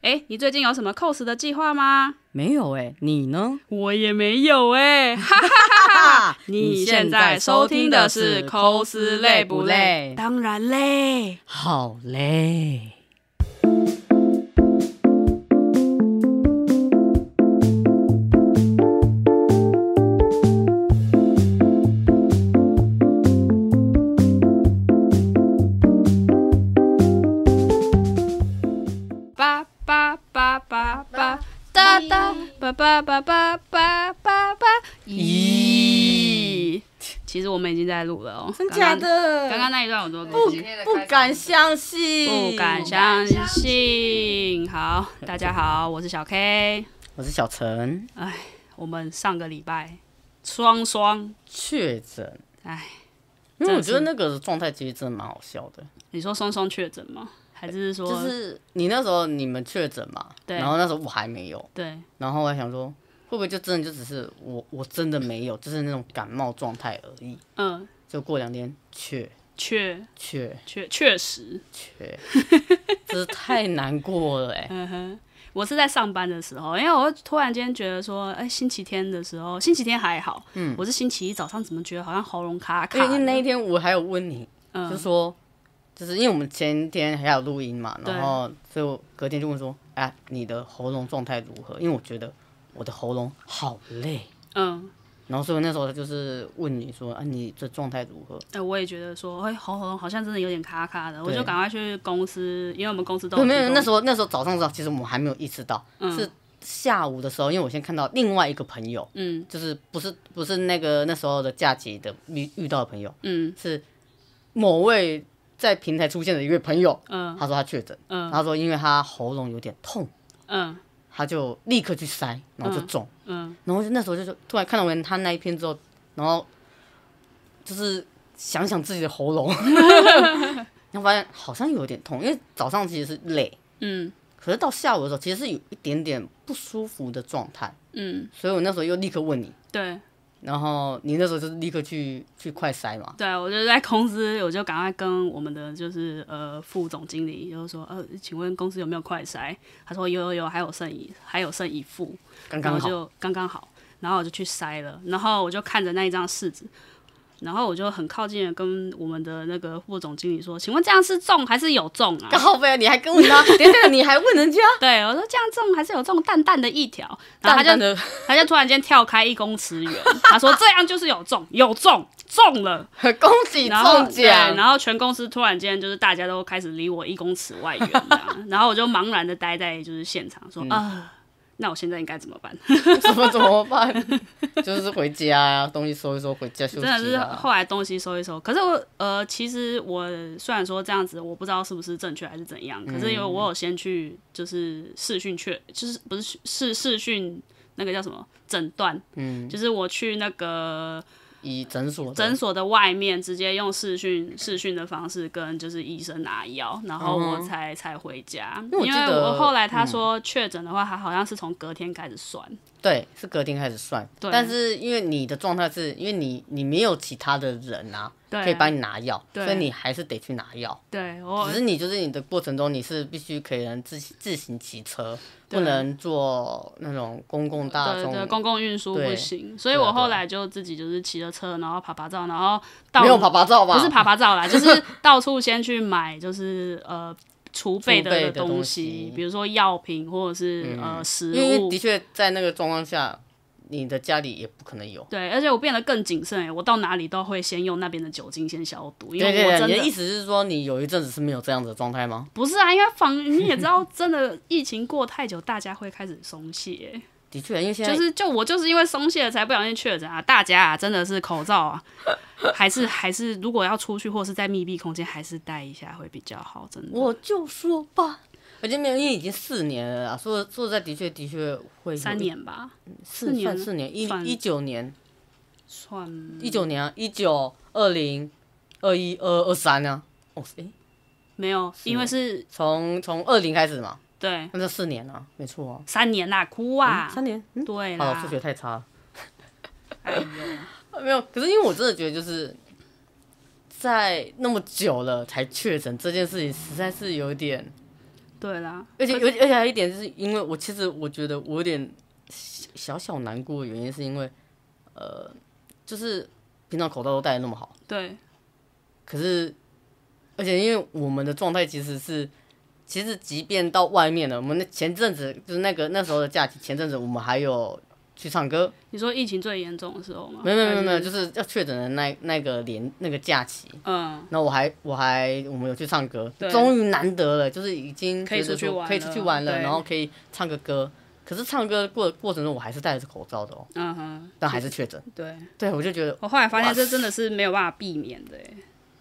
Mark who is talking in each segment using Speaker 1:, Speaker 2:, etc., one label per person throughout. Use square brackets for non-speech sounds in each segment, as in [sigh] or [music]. Speaker 1: 哎，你最近有什么 cos 的计划吗？
Speaker 2: 没有哎、你呢？
Speaker 1: 我也没有哎、 [laughs] 哈哈啊哈哈！你现在收听的是 cos 累不累？当然累。
Speaker 2: 好嘞。
Speaker 1: 叭叭叭叭叭哒哒叭叭叭叭叭叭叭。咦，其实我们已经在录了哦，
Speaker 3: 真假
Speaker 1: 刚
Speaker 3: 的？
Speaker 1: 刚？刚刚那一段我都
Speaker 3: 不
Speaker 1: 录进去
Speaker 3: 不敢相信，
Speaker 1: 不敢相信。好，大家好，我是小 K。哎
Speaker 2: 我是小陈，
Speaker 1: 我们上个礼拜双双，
Speaker 2: 确诊。
Speaker 1: 哎，
Speaker 2: 因为我觉得
Speaker 1: 真
Speaker 2: 那个状态其实真的蛮好笑的，
Speaker 1: 你说双双确诊吗？还是说
Speaker 2: 就是你那时候你们确诊嘛，
Speaker 1: 对
Speaker 2: 然后那时候我还没有，
Speaker 1: 对？
Speaker 2: 然后我还想说会不会就真的就只是我我真的没有，就是那种感冒状态而已，
Speaker 1: 嗯，
Speaker 2: 就过两天确
Speaker 1: 确
Speaker 2: 确
Speaker 1: 确确实，
Speaker 2: 确， [laughs] 真是太难过了哎、
Speaker 1: 嗯哼，我是在上班的时候，因为我突然间觉得说，哎、星期天的时候，星期天还好，嗯，我是星期一早上怎么觉得好像喉咙卡卡嗯
Speaker 2: 因为
Speaker 1: 的，
Speaker 2: 那一天我还有问你，就说，就是因为我们前天还有录音嘛，
Speaker 1: 对
Speaker 2: 然后所以我隔天就问说，哎、你的喉咙状态如何？因为我觉得我的喉咙好累，
Speaker 1: 嗯，
Speaker 2: 然后所以我那时候就是问你说，啊，你这状态如何？
Speaker 1: 哎、我也觉得说，哎、喉咙好像真的有点卡卡的，我就
Speaker 2: 对
Speaker 1: 赶快去公司，因为我们公司都嗯
Speaker 2: 没有，那时
Speaker 1: 候，
Speaker 2: 候那时候早上的时候，其实我们还没有意识到，是下午的时候，因为我先看到另外一个朋友，
Speaker 1: 嗯
Speaker 2: 就是不是不是那个那时候的假期的遇遇到的朋友，
Speaker 1: 嗯
Speaker 2: 是某位在平台出现的一位朋友，
Speaker 1: 嗯
Speaker 2: 他说他确诊。
Speaker 1: 嗯
Speaker 2: 他说因为他喉咙有点痛，
Speaker 1: 嗯
Speaker 2: 他就立刻去塞，然后就中，
Speaker 1: 嗯，
Speaker 2: 然后就那时候就就突然看到完他那一篇之后，然后就是想想自己的
Speaker 1: [laughs]
Speaker 2: 喉咙，然后发现好像有点痛，因为早上其实是累，
Speaker 1: 嗯
Speaker 2: 可是到下午的时候其实是有一点点不舒服的状态，
Speaker 1: 嗯，
Speaker 2: 所以我那时候又立刻问你，
Speaker 1: 对
Speaker 2: 然后你那时候就是立刻去去快塞嘛，
Speaker 1: 对，我就在公司，我就赶快跟我们的就是呃副总经理，就是说，呃，请问公司有没有快筛？他说有有有，还有剩一还有剩一副，
Speaker 2: 刚
Speaker 1: 然后
Speaker 2: 刚好，
Speaker 1: 就刚刚好，然后我就去筛了，然后我就看着那一张试纸，然后我就很靠近的跟我们的那个副总经理说：“请问这样是中还是有中啊 [laughs]
Speaker 2: 刚好呗，你还跟问他，等一下你还问人家，？”
Speaker 1: 对，我说这样中还是有中，淡淡的一条， [laughs] 然后他
Speaker 2: 淡
Speaker 1: 就
Speaker 2: 淡的
Speaker 1: 他就突然间跳开一公尺远，他说这样就是有中，有中，中了，
Speaker 2: [laughs] 恭
Speaker 1: [laughs]
Speaker 2: 喜
Speaker 1: 然后
Speaker 2: 中
Speaker 1: 对，
Speaker 2: 奖，
Speaker 1: 然后全公司突然间就是大家都开始离我一公尺外远这样， [laughs] 然后我就茫然的待在就是现场，
Speaker 2: 嗯
Speaker 1: 说啊、那我现在应该怎么办？ [laughs]
Speaker 2: [laughs] 怎么怎么办？ [laughs] 就是回家啊，东西收一收，回家休
Speaker 1: 真
Speaker 2: 息、
Speaker 1: 的
Speaker 2: 啊。
Speaker 1: 是后来东西收一收。可是我呃，其实我虽然说这样子，我不知道是不是正确还是怎样，可是因为
Speaker 2: 嗯
Speaker 1: 我有先去就是视讯确，就是不是视视讯那个叫什么诊断，嗯，就是我去那个
Speaker 2: 以诊所的
Speaker 1: 诊所的外面直接用视讯视讯的方式跟就是医生拿药，然后我才、才回家，
Speaker 2: 嗯为我
Speaker 1: 因
Speaker 2: 记
Speaker 1: 为
Speaker 2: 得嗯
Speaker 1: 我后来他说确诊的话，他好像是从隔天开始算，
Speaker 2: 对，是隔天开始算。
Speaker 1: 对
Speaker 2: 但是因为你的状态是因为你你没有其他的人啊，
Speaker 1: 对
Speaker 2: 可以帮你拿药，
Speaker 1: 对
Speaker 2: 所以你还是得去拿药。
Speaker 1: 对我
Speaker 2: 只是你就是你的过程中，你是必须可以能自自行骑车，不能坐那种公共大
Speaker 1: 对
Speaker 2: 众，
Speaker 1: 对，公共运输不
Speaker 2: 对
Speaker 1: 行，所以
Speaker 2: 对
Speaker 1: 我
Speaker 2: 啊对啊
Speaker 1: 后来就自己就是骑着车，然后爬爬照，然后到
Speaker 2: 没有爬爬照吧？
Speaker 1: 不是爬爬照啦， [laughs] 就是到处先去买，就是呃储备
Speaker 2: 储备
Speaker 1: 的
Speaker 2: 的
Speaker 1: 东
Speaker 2: 东
Speaker 1: 西
Speaker 2: 西，嗯
Speaker 1: 比如说药品或者是、呃食
Speaker 2: 因为
Speaker 1: 物
Speaker 2: 的。确在那个状况下，你的家里也不可能有。
Speaker 1: 对，而且我变得更谨慎、欸，我到哪里都会先用那边的酒精先消毒，因
Speaker 2: 对
Speaker 1: 为
Speaker 2: 对
Speaker 1: 我
Speaker 2: 对，
Speaker 1: 真
Speaker 2: 你的意
Speaker 1: 的
Speaker 2: 思是说你有一阵子是没有这样子的状态吗？
Speaker 1: 不是啊，因为防你也知道，真的疫情过太久，大家会开始松懈欸、
Speaker 2: 的确，因为现在
Speaker 1: 就是就我就是因为松懈了才不小心确诊啊！大家啊，真的是口罩啊，还是还是如果要出去或是在密闭空间，还是戴一下会比较好。真的，
Speaker 2: 我就说吧，而且没有，因为已经四年了啦。说说实在的确的确会有
Speaker 1: 三年吧，
Speaker 2: 四
Speaker 1: 年
Speaker 2: 算
Speaker 1: 了
Speaker 2: 四年一
Speaker 1: 算
Speaker 2: 一九年
Speaker 1: 算
Speaker 2: 一九年啊一九二零二一二二三啊。哦，诶，
Speaker 1: 没有，因为
Speaker 2: 哦
Speaker 1: 是
Speaker 2: 从从二零开始嘛，
Speaker 1: 对
Speaker 2: 那就四年啊，没错啊，
Speaker 1: 三年啦，哭啊，
Speaker 2: 三年。嗯，
Speaker 1: 对
Speaker 2: 好
Speaker 1: 啦
Speaker 2: 了，数，学太差了。
Speaker 1: 哎呦，
Speaker 2: 啊没有，可是因为我真的觉得就是在那么久了才确诊这件事情，实在是有点
Speaker 1: 对啦，
Speaker 2: 而且而且而且还有一点，就是因为我其实我觉得我有点小小小难过的原因，是因为呃，就是平常口罩都戴的那么好，
Speaker 1: 对
Speaker 2: 可是而且因为我们的状态其实是，其实即便到外面了，我们那前阵子就是那个那时候的假期，前阵子我们还有去唱歌，
Speaker 1: 你说疫情最严重的时候吗？
Speaker 2: 没有没有没有没有，
Speaker 1: 还是
Speaker 2: 就是要确诊的那那个连那个假期，
Speaker 1: 嗯，
Speaker 2: 那我还我还我们有去唱歌
Speaker 1: 对，
Speaker 2: 终于难得了，就是已经
Speaker 1: 可以
Speaker 2: 觉得
Speaker 1: 出去
Speaker 2: 说
Speaker 1: 玩
Speaker 2: 可以出去玩
Speaker 1: 了
Speaker 2: 了，
Speaker 1: 对
Speaker 2: 然后可以唱个歌。可是唱歌过过程中，我还是戴着口罩的哦，
Speaker 1: 嗯哼，
Speaker 2: 但还是确诊。
Speaker 1: 对
Speaker 2: 对，我就觉得，
Speaker 1: 我后来发现这真的是没有办法避免的欸，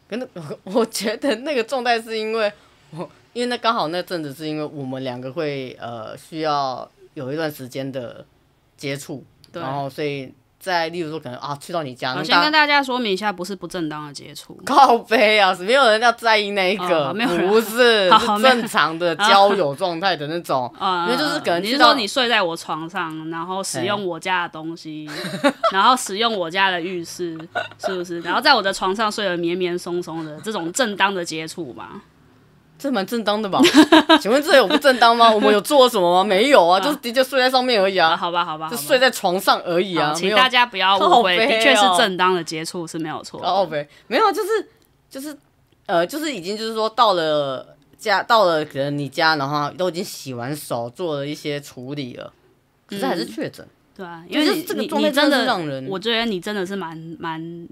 Speaker 2: 可能 [laughs] 我觉得那个状态是因为我，因为那刚好那阵子是因为我们两个会呃需要有一段时间的接触，
Speaker 1: 对
Speaker 2: 然后所以在例如说可能啊去到你家，
Speaker 1: 我
Speaker 2: 那
Speaker 1: 先
Speaker 2: 大
Speaker 1: 跟
Speaker 2: 家
Speaker 1: 大家说明一下，不是不正当的接触。
Speaker 2: 靠背啊，没有人要在意那一个，
Speaker 1: 哦没有人
Speaker 2: 不是
Speaker 1: [laughs] 好
Speaker 2: 是
Speaker 1: 没有
Speaker 2: 正常的交友状态的那
Speaker 1: [laughs]
Speaker 2: 种。
Speaker 1: 啊
Speaker 2: 因为就是可能
Speaker 1: 你
Speaker 2: 去
Speaker 1: 是
Speaker 2: 到
Speaker 1: 说你睡在我床上，然后使用我家的东西，
Speaker 2: 哎
Speaker 1: 然后使用我家的浴室， [laughs] 是不是？然后在我的床上睡得绵绵松松的，这种正当的接触嘛？
Speaker 2: 这蛮正当的吧？ [laughs] 请问这有不正当吗？我们有做什么吗？没有
Speaker 1: [laughs]
Speaker 2: 啊，就是的确睡在上面而已
Speaker 1: 啊，
Speaker 2: 啊，
Speaker 1: 好吧，好吧，好
Speaker 2: 就
Speaker 1: 吧
Speaker 2: 睡在床上而已
Speaker 1: 好
Speaker 2: 啊，没
Speaker 1: 请
Speaker 2: 有
Speaker 1: 大家不要误
Speaker 2: 靠
Speaker 1: 会，
Speaker 2: 背
Speaker 1: 的确是
Speaker 2: 哦
Speaker 1: 正当的接触是没有错的。
Speaker 2: 哦呗，没有，就是就是呃，就是已经就是说到了家，到了可能你家，然后都已经洗完手，做了一些处理了，可是还是确诊。
Speaker 1: 对啊，因
Speaker 2: 就
Speaker 1: 为
Speaker 2: 是
Speaker 1: 你
Speaker 2: 这个
Speaker 1: 你
Speaker 2: 状
Speaker 1: 你
Speaker 2: 态
Speaker 1: 真
Speaker 2: 真的
Speaker 1: 的
Speaker 2: 是让人
Speaker 1: 我觉得你真的是蛮蛮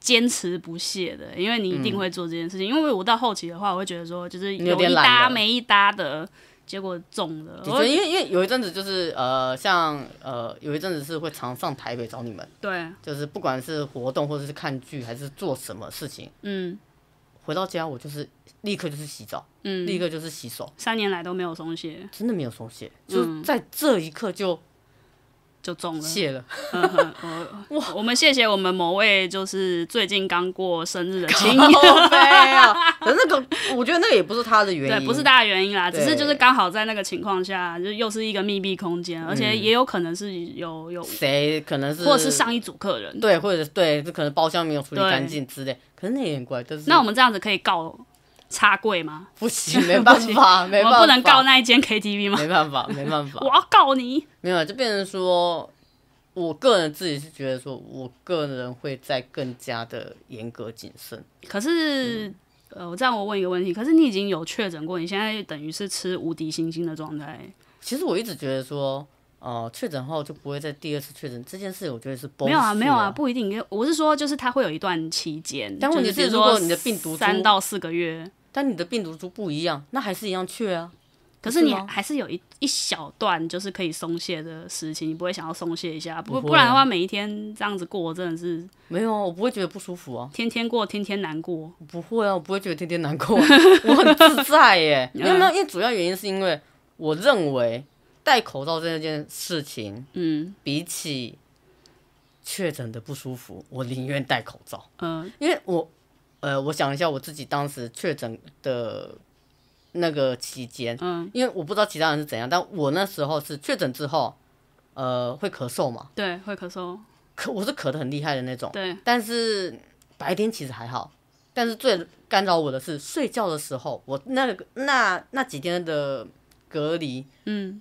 Speaker 1: 坚持不懈的，因为你一定会做这件事情。因为我到后期的话，我会觉得说，就是
Speaker 2: 嗯你有点
Speaker 1: 一
Speaker 2: 懒
Speaker 1: 搭
Speaker 2: 了
Speaker 1: 没一搭的，结果中了。
Speaker 2: 的
Speaker 1: 我
Speaker 2: 确，因为因为有一阵子就是呃，像呃有一阵子是会常上台北找你们，
Speaker 1: 对，
Speaker 2: 就是不管是活动或者是看剧还是做什么事情，
Speaker 1: 嗯
Speaker 2: 回到家我就是立刻就是洗澡，
Speaker 1: 嗯，
Speaker 2: 立刻就是洗手，
Speaker 1: 三年来都没有松懈，
Speaker 2: 真的没有松懈，
Speaker 1: 嗯
Speaker 2: 就在这一刻就
Speaker 1: 就中了。
Speaker 2: 泄了。
Speaker 1: 嗯哼我我们谢谢我们某位就是最近刚过生日的亲 [laughs] 友。
Speaker 2: 好悲啊！哦可是那个，我觉得那个也不是他的原
Speaker 1: 对，
Speaker 2: 因，
Speaker 1: 不是大的原因啦，只
Speaker 2: 对
Speaker 1: 是就是刚好在那个情况下，就又是一个密闭空间，而且也有可能是有有，
Speaker 2: 谁，可嗯能是
Speaker 1: 或者是上一组客人，
Speaker 2: 对，或者是对，就可能包厢没有处理
Speaker 1: 对
Speaker 2: 干净之类。可是那也很怪，就是
Speaker 1: 那我们这样子可以告插柜吗？
Speaker 2: 不行，没办法，没
Speaker 1: [laughs] 我们
Speaker 2: 办法，
Speaker 1: 不能告，那一间 KTV 吗？
Speaker 2: 没办
Speaker 1: [laughs]
Speaker 2: 法，没办法
Speaker 1: 我，要告你。
Speaker 2: 没有，就变成说。我个人自己是觉得说，我个人会再更加的严格谨慎。
Speaker 1: 可是，呃，我这样我问一个问题，可是你已经有确诊过，你现在等于是吃无敌星星的状态，
Speaker 2: 其实我一直觉得说，呃，确诊后就不会再第二次确诊这件事，我觉得是
Speaker 1: 没有
Speaker 2: bullshit
Speaker 1: 啊，没有啊，不一定。因为我是说，就是它会有一段期间，
Speaker 2: 但问题
Speaker 1: 就是是
Speaker 2: 如
Speaker 1: 说
Speaker 2: 果你的病毒株
Speaker 1: 三到四个月，
Speaker 2: 但你的病毒株不一样，那还是一样确啊。
Speaker 1: 可是你
Speaker 2: 吗
Speaker 1: 还是有一一小段就是可以松懈的时期，你不会想要松懈一下，不
Speaker 2: 不会啊
Speaker 1: 不然的话，每一天这样子过，真的是
Speaker 2: 没有啊，我不会觉得不舒服啊，
Speaker 1: 天天过，天天难过。
Speaker 2: 我不会啊，我不会觉得天天难过啊，我很自在耶。没有没有，因为主要原因是因为我认为戴口罩这件事情，
Speaker 1: 嗯
Speaker 2: 比起确诊的不舒服，我宁愿戴口罩。
Speaker 1: 呃，
Speaker 2: 因为我，呃，我想一下我自己当时确诊的那个期间，
Speaker 1: 嗯，
Speaker 2: 因为我不知道其他人是怎样，但我那时候是确诊之后，呃，会咳嗽嘛，
Speaker 1: 对，会咳嗽，
Speaker 2: 咳，我是咳得很厉害的那种，
Speaker 1: 对。
Speaker 2: 但是白天其实还好，但是最干扰我的是睡觉的时候，我那个那那几天的隔离，
Speaker 1: 嗯，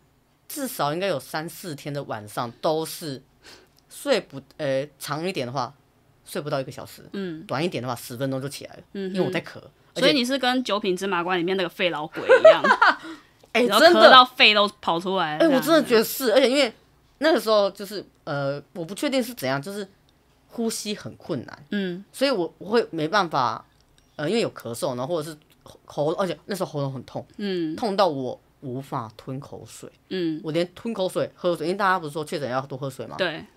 Speaker 2: 至少应该有三四天的晚上都是睡不，呃，长一点的话睡不到一个小时，
Speaker 1: 嗯，
Speaker 2: 短一点的话十分钟就起来了，嗯，因为我在咳，而
Speaker 1: 所以
Speaker 2: 且
Speaker 1: 你是跟《九品芝麻官》里面那个肺老鬼一样，
Speaker 2: [laughs] 哎、
Speaker 1: 然后
Speaker 2: 真
Speaker 1: 咳
Speaker 2: 的，
Speaker 1: 到肺都跑出来了
Speaker 2: 哎、
Speaker 1: 这样。
Speaker 2: 我真的觉得是，而且因为那个时候就是呃，我不确定是怎样，就是呼吸很困难。
Speaker 1: 嗯
Speaker 2: 所以我我会没办法，呃，因为有咳嗽，然后或者是喉喉，而且那时候喉咙很痛，
Speaker 1: 嗯
Speaker 2: 痛到我无法吞口水，
Speaker 1: 嗯，
Speaker 2: 我连吞口水、喝水，因为大家不是说确诊要多喝水吗？
Speaker 1: 对，嗯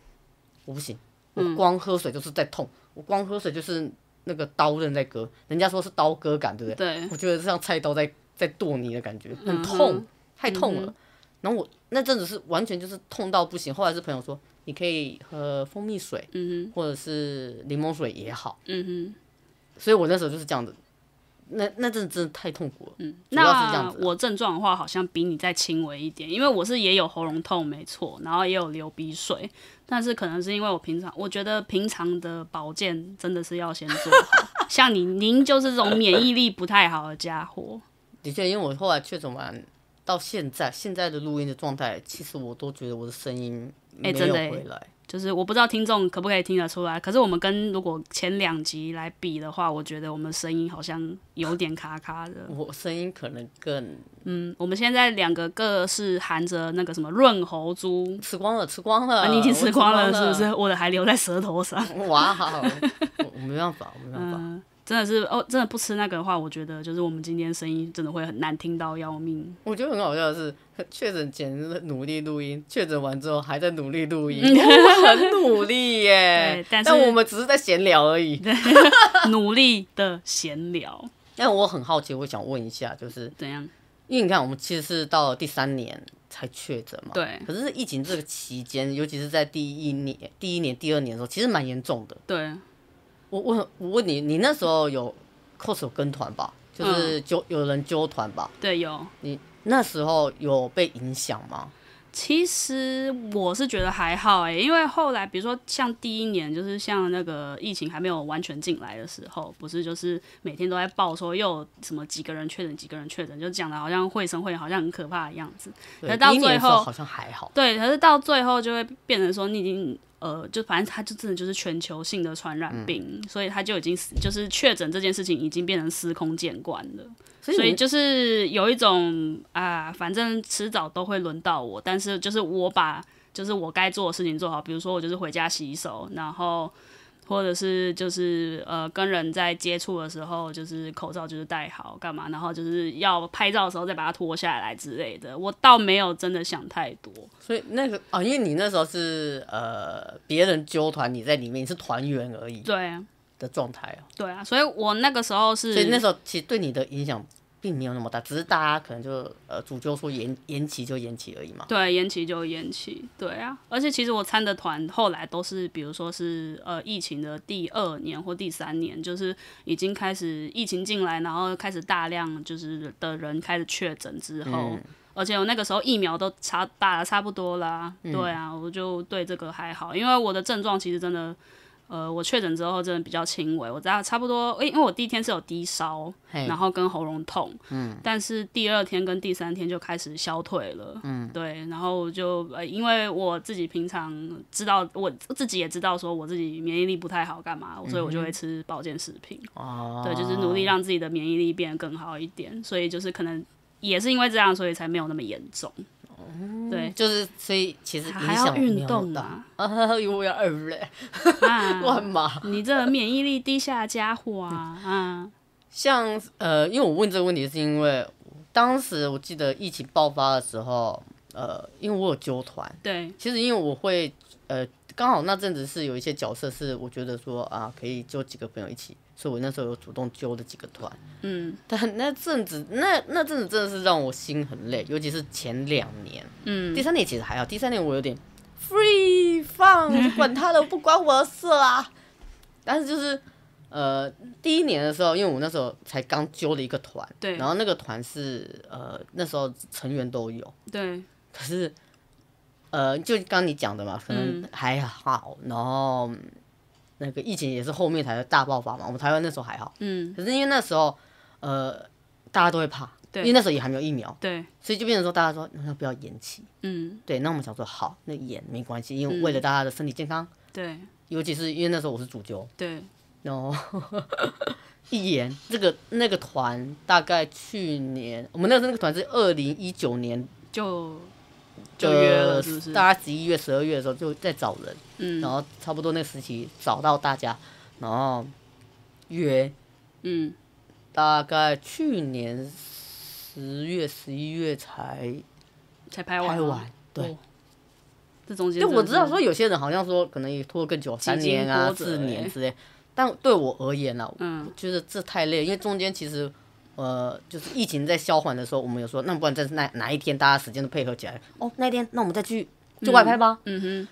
Speaker 2: 我不行，我光喝水就是在痛，我光喝水就是那个刀刃在割，人家说是刀割感，对不对？
Speaker 1: 对嗯
Speaker 2: 我觉得像菜刀在在剁你的感觉，很痛，太痛了。然后我那阵子是完全就是痛到不行，后来是朋友说你可以喝蜂蜜水，嗯、或者是柠檬水也好，
Speaker 1: 嗯
Speaker 2: 所以我那时候就是这样子，那那阵子真的太痛苦了，
Speaker 1: 哼，
Speaker 2: 主要是这
Speaker 1: 嗯
Speaker 2: 样
Speaker 1: 那
Speaker 2: 子啊
Speaker 1: 我症状的话，好像比你再轻微一点，因为我是也有喉咙痛，没错，然后也有流鼻水，但是可能是因为我平常，我觉得平常的保
Speaker 2: [laughs]
Speaker 1: 健真的是要先做好。像你，您就是这种免疫力不太好的家伙，
Speaker 2: 的确，因为我后来确诊完到现在，现在的录音的状态，其实我都觉得我的声音没
Speaker 1: 哎
Speaker 2: 有
Speaker 1: 真的哎
Speaker 2: 回来。
Speaker 1: 就是我不知道听众可不可以听得出来，可是我们跟如果前两集来比的话，我觉得我们声音好像有点卡卡的。
Speaker 2: 我声音可能更
Speaker 1: 嗯，我们现在两个各是含着那个什么润喉珠、
Speaker 2: 吃光了，吃光了，
Speaker 1: 啊，你已经
Speaker 2: 呃
Speaker 1: 吃
Speaker 2: 我吃
Speaker 1: 光
Speaker 2: 了
Speaker 1: 了是不是？我的还留在舌头上。
Speaker 2: 是？哇，我我没办法，我没办法。
Speaker 1: 真的是哦，真的不吃那个的话，我觉得就是我们今天声音真的会很难听到要命。
Speaker 2: 我觉得很好笑的是， [laughs] 确诊前是努力录音，确诊完之后还在努力录音，我很努力
Speaker 1: 嗯
Speaker 2: 耶
Speaker 1: [laughs] 对。但是
Speaker 2: 我们只是在闲聊而已。
Speaker 1: 努力的闲聊，
Speaker 2: 但我很好奇，我想问一下，就是
Speaker 1: 怎样？
Speaker 2: 因为你看，我们其实是到了第三年才确诊嘛，
Speaker 1: 对
Speaker 2: 可是疫情这个期间，尤其是在第一年、第一年、第二年的时候，其实蛮严重的。
Speaker 1: 对，
Speaker 2: 我我我问你，你那时候有 cos 有跟团吧？
Speaker 1: 嗯
Speaker 2: 就是揪、有人揪团吧？
Speaker 1: 对，有。
Speaker 2: 你那时候有被影响吗？
Speaker 1: 其实我是觉得还好哎、因为后来比如说像第一年，就是像那个疫情还没有完全进来的时候，不是就是每天都在报说又有什么几个人确诊，几个人确诊，就讲的好像绘声绘影，好像很可怕的样子。
Speaker 2: 对
Speaker 1: 可到
Speaker 2: 第一年的时候
Speaker 1: 最后
Speaker 2: 好像还好。
Speaker 1: 对，可是到最后就会变成说你已经呃，就反正它就真的就是全球性的传染病，所以它就已经死就是确诊这件事情已经变成司空见惯了。
Speaker 2: 所
Speaker 1: 所
Speaker 2: 以
Speaker 1: 以
Speaker 2: 你
Speaker 1: 就是有一种啊，反正迟早都会轮到我，但是就是我把就是我该做的事情做好，比如说我就是回家洗手，然后或者是就是呃跟人在接触的时候，就是口罩就是戴好干嘛，然后就是要拍照的时候再把它脱下来之类的。我倒没有真的想太多，
Speaker 2: 所以那个啊，因为你那时候是呃别人揪团，你在里面你是团员而已
Speaker 1: 对啊
Speaker 2: 的状态哦，
Speaker 1: 对啊，所以我那个时候是
Speaker 2: 所以那时候其实对你的影响并没有那么大，只是大家可能就呃主揪说延延期就延期而已嘛。
Speaker 1: 对，延期就延期，对啊。而且其实我参的团后来都是，比如说是呃疫情的第二年或第三年，就是已经开始疫情进来，然后开始大量就是的人开始确诊之后，
Speaker 2: 嗯
Speaker 1: 而且我那个时候疫苗都差打的差不多啦，
Speaker 2: 嗯
Speaker 1: 对啊，我就对这个还好，因为我的症状其实真的。呃，我确诊之后真的比较轻微，我大概差不多，诶因为我第一天是有低烧，
Speaker 2: 嘿
Speaker 1: 然后跟喉咙痛，嗯，但是第二天跟第三天就开始消退了，嗯，对，然后我就呃，因为我自己平常知道，我自己也知道说我自己免疫力不太好，干嘛，所以我就会吃保健食品，
Speaker 2: 嗯哦，
Speaker 1: 对，就是努力让自己的免疫力变得更好一点，所以就是可能也是因为这样，所以才没有那么严重，对，
Speaker 2: 就是所以其实影
Speaker 1: 还
Speaker 2: 响
Speaker 1: 要
Speaker 2: 没有
Speaker 1: 运
Speaker 2: 那么
Speaker 1: 动
Speaker 2: 大。
Speaker 1: 啊，
Speaker 2: [laughs] 啊，因为我要二嘞，
Speaker 1: 啊
Speaker 2: [laughs] 乱码。
Speaker 1: 你这免疫力低下的家伙啊，啊，
Speaker 2: 像呃，因为我问这个问题是因为当时我记得疫情爆发的时候，呃，因为我有纠团，
Speaker 1: 对，
Speaker 2: 其实因为我会呃，刚好那阵子是有一些角色是我觉得说啊，可以揪几个朋友一起，所以我那时候有主动揪了几个团。
Speaker 1: 嗯
Speaker 2: 但那阵子，那那阵子真的是让我心很累，尤其是前两年，
Speaker 1: 嗯，
Speaker 2: 第三年其实还好，第三年我有点 free 放，管他的，不关我的事啦。但是就是呃，第一年的时候，因为我那时候才刚揪了一个团，
Speaker 1: 对
Speaker 2: 然后那个团是呃那时候成员都有，
Speaker 1: 对，
Speaker 2: 可是，呃，就刚你讲的嘛，可能还好，然后嗯那个疫情也是后面才大爆发嘛，我们台湾那时候还好，
Speaker 1: 嗯
Speaker 2: 可是因为那时候，呃，大家都会怕，
Speaker 1: 对
Speaker 2: 因为那时候也还没有疫苗，
Speaker 1: 对，
Speaker 2: 所以就变成说大家说那要不要延期？
Speaker 1: 嗯
Speaker 2: 对，那我们想说好，那延没关系，因为为了大家的身体健康，
Speaker 1: 对
Speaker 2: 尤其是因为那时候我是主揪，
Speaker 1: 对，
Speaker 2: 然后 [laughs] 一延这个那个团大概去年我们那时候那个团是二零一九年
Speaker 1: 就就约
Speaker 2: 呃
Speaker 1: 了，是不是？
Speaker 2: 大家十一月、十二月的时候就在找人，
Speaker 1: 嗯
Speaker 2: 然后差不多那个时期找到大家，然后约
Speaker 1: 嗯，
Speaker 2: 大概去年十月、十一月才
Speaker 1: 才拍完
Speaker 2: 拍
Speaker 1: 吗。
Speaker 2: 完。对
Speaker 1: 哦，这中间
Speaker 2: 就我
Speaker 1: 真的
Speaker 2: 知道
Speaker 1: 是
Speaker 2: 说有些人好像说可能也拖更久，三年啊、
Speaker 1: 波折
Speaker 2: 四年
Speaker 1: 欸
Speaker 2: 之类。但对我而言呢、啊，
Speaker 1: 嗯
Speaker 2: 我觉得这太累，因为中间其实。呃，就是疫情在消缓的时候，我们有说，那不然在哪哪一天大家时间都配合起来，哦，那一天那我们再去就外拍吧，
Speaker 1: 嗯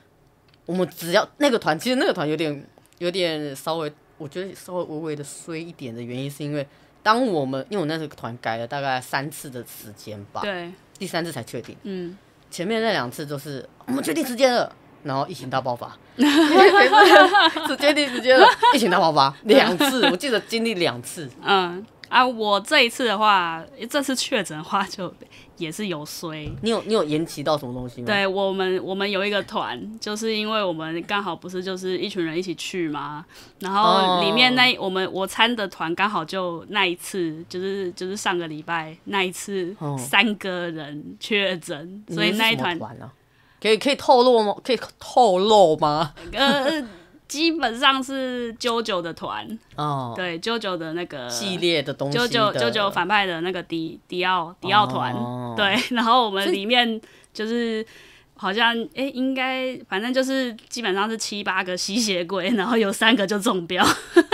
Speaker 2: 我们只要那个团，其实那个团有点有点稍微，我觉得稍微微微的衰一点的原因，是因为当我们因为我那个团改了大概三次的时间吧
Speaker 1: 哼，，对，
Speaker 2: 第三次才确定，
Speaker 1: 嗯，
Speaker 2: 前面那两次就是我们确定时间了，然后疫情大爆发，
Speaker 1: [laughs]
Speaker 2: 是确定时间了，疫情大爆发两次，我记得经历两次，
Speaker 1: 嗯，啊，我这一次的话，这次确诊的话就也是有衰。
Speaker 2: 你有你有延期到什么东西吗？
Speaker 1: 对我们，我们有一个团，就是因为我们刚好不是就是一群人一起去嘛，然
Speaker 2: 哦
Speaker 1: 后里面那、我们我参的团刚好就那一次，就是就是上个礼拜那一次、
Speaker 2: 哦
Speaker 1: 三个人确诊，所以
Speaker 2: 你们是
Speaker 1: 那一
Speaker 2: 什么
Speaker 1: 团
Speaker 2: 团 [laughs] 啊，可以可以透露吗？可以透露吗？
Speaker 1: 呃基本上是啾啾的团，
Speaker 2: 哦，
Speaker 1: 对啾啾的那个
Speaker 2: 系列的东西
Speaker 1: 九
Speaker 2: 的，
Speaker 1: 九九九反派的那个迪迪奥迪奥团，
Speaker 2: 哦
Speaker 1: 对，然后我们里面就是好像诶，应该反正就是基本上是七八个吸血鬼，然后有三个就中标， [laughs]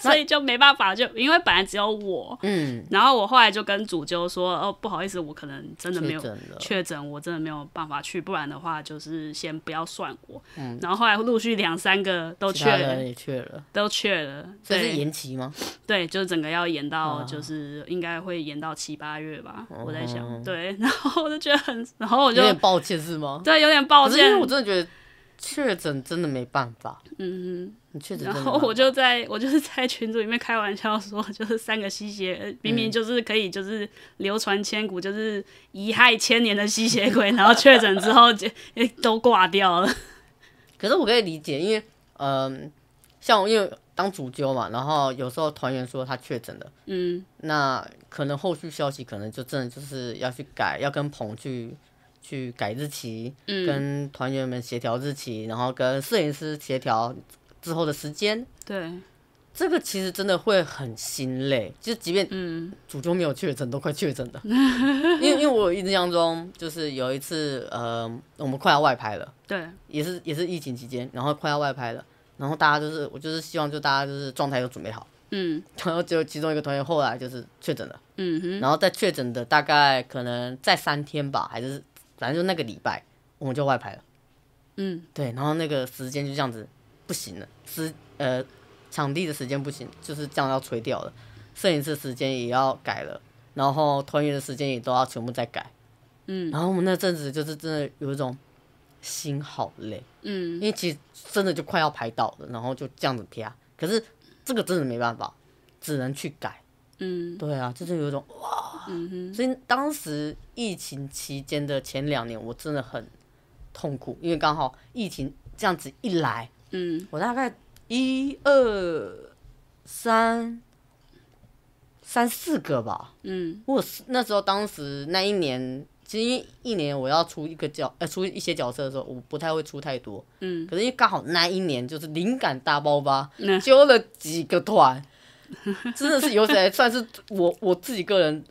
Speaker 1: 所以就没办法，就因为本来只有我，
Speaker 2: 嗯，
Speaker 1: 然后我后来就跟主揪说，哦，不好意思，我可能真的没
Speaker 2: 确
Speaker 1: 有
Speaker 2: 诊了，
Speaker 1: 确诊，我真的没有办法去，不然的话就是先不要算我。然后后来陆续两三个都
Speaker 2: 嗯其
Speaker 1: 确
Speaker 2: 他人也确了，
Speaker 1: 都确了，
Speaker 2: 所以
Speaker 1: 对
Speaker 2: 是延期吗？
Speaker 1: 对，就是整个要延到，
Speaker 2: 啊
Speaker 1: 就是应该会延到七八月吧，我在想。
Speaker 2: 嗯
Speaker 1: 对，然后我就觉得很，然后我
Speaker 2: 有
Speaker 1: 就
Speaker 2: 点抱歉是吗？
Speaker 1: 对有点抱
Speaker 2: 可是因
Speaker 1: 歉
Speaker 2: 为，我真的觉得确诊真的没办法，
Speaker 1: 嗯，
Speaker 2: 你确诊真
Speaker 1: 然
Speaker 2: 的没
Speaker 1: 后
Speaker 2: 办法
Speaker 1: 我就在我就是在群组里面开玩笑说，就是三个吸血，呃明
Speaker 2: 嗯
Speaker 1: 明就是可以就是流传千古，就是遗害千年的吸血鬼， [laughs] 然后确诊之后就也都挂掉了。 [laughs]
Speaker 2: 可是我可以理解，因为嗯、像我因为当主揪嘛，然后有时候团员说他确诊了，
Speaker 1: 嗯，
Speaker 2: 那可能后续消息可能就真的就是要去改，要跟棚去去改日期，
Speaker 1: 嗯
Speaker 2: 跟团员们协调日期，然后跟摄影师协调之后的时间。
Speaker 1: 对，
Speaker 2: 这个其实真的会很心累，就即便
Speaker 1: 嗯
Speaker 2: 主揪没有确诊，都快确诊了。因为因为我印象中，就是有一次，呃，我们快要外拍了，
Speaker 1: 对，
Speaker 2: 也是也是疫情期间，然后快要外拍了，然后大家就是我就是希望就大家就是状态都准备好， [laughs]
Speaker 1: 嗯
Speaker 2: 然后就其中一个同学后来就是确诊了，
Speaker 1: 嗯哼，
Speaker 2: 然后在确诊的大概可能在三天吧，还是反正就那个礼拜我们就外拍了，
Speaker 1: 嗯
Speaker 2: 对，然后那个时间就这样子不行了，时呃场地的时间不行，就是这样要吹掉了，摄影师的时间也要改了，然后团员的时间也都要全部再改，
Speaker 1: 嗯
Speaker 2: 然后我们那阵子就是真的有一种心好累。
Speaker 1: 嗯
Speaker 2: 因为其实真的就快要排到了，然后就这样子啪。可是这个真的没办法，只能去改。
Speaker 1: 嗯
Speaker 2: 对啊，就是有一种哇，所以当时疫情期间的前两年，我真的很痛苦，因为刚好疫情这样子一来，
Speaker 1: 嗯，
Speaker 2: 我大概一二三三四个吧。
Speaker 1: 嗯，
Speaker 2: 我是那时候当时那一年，其实因为一年我要出一个角，呃，出一些角色的时候，我不太会出太多。
Speaker 1: 嗯，
Speaker 2: 可是因为刚好那一年就是灵感大爆发，
Speaker 1: 那
Speaker 2: 揪了几个团，真的是有史以来算是我我自己个人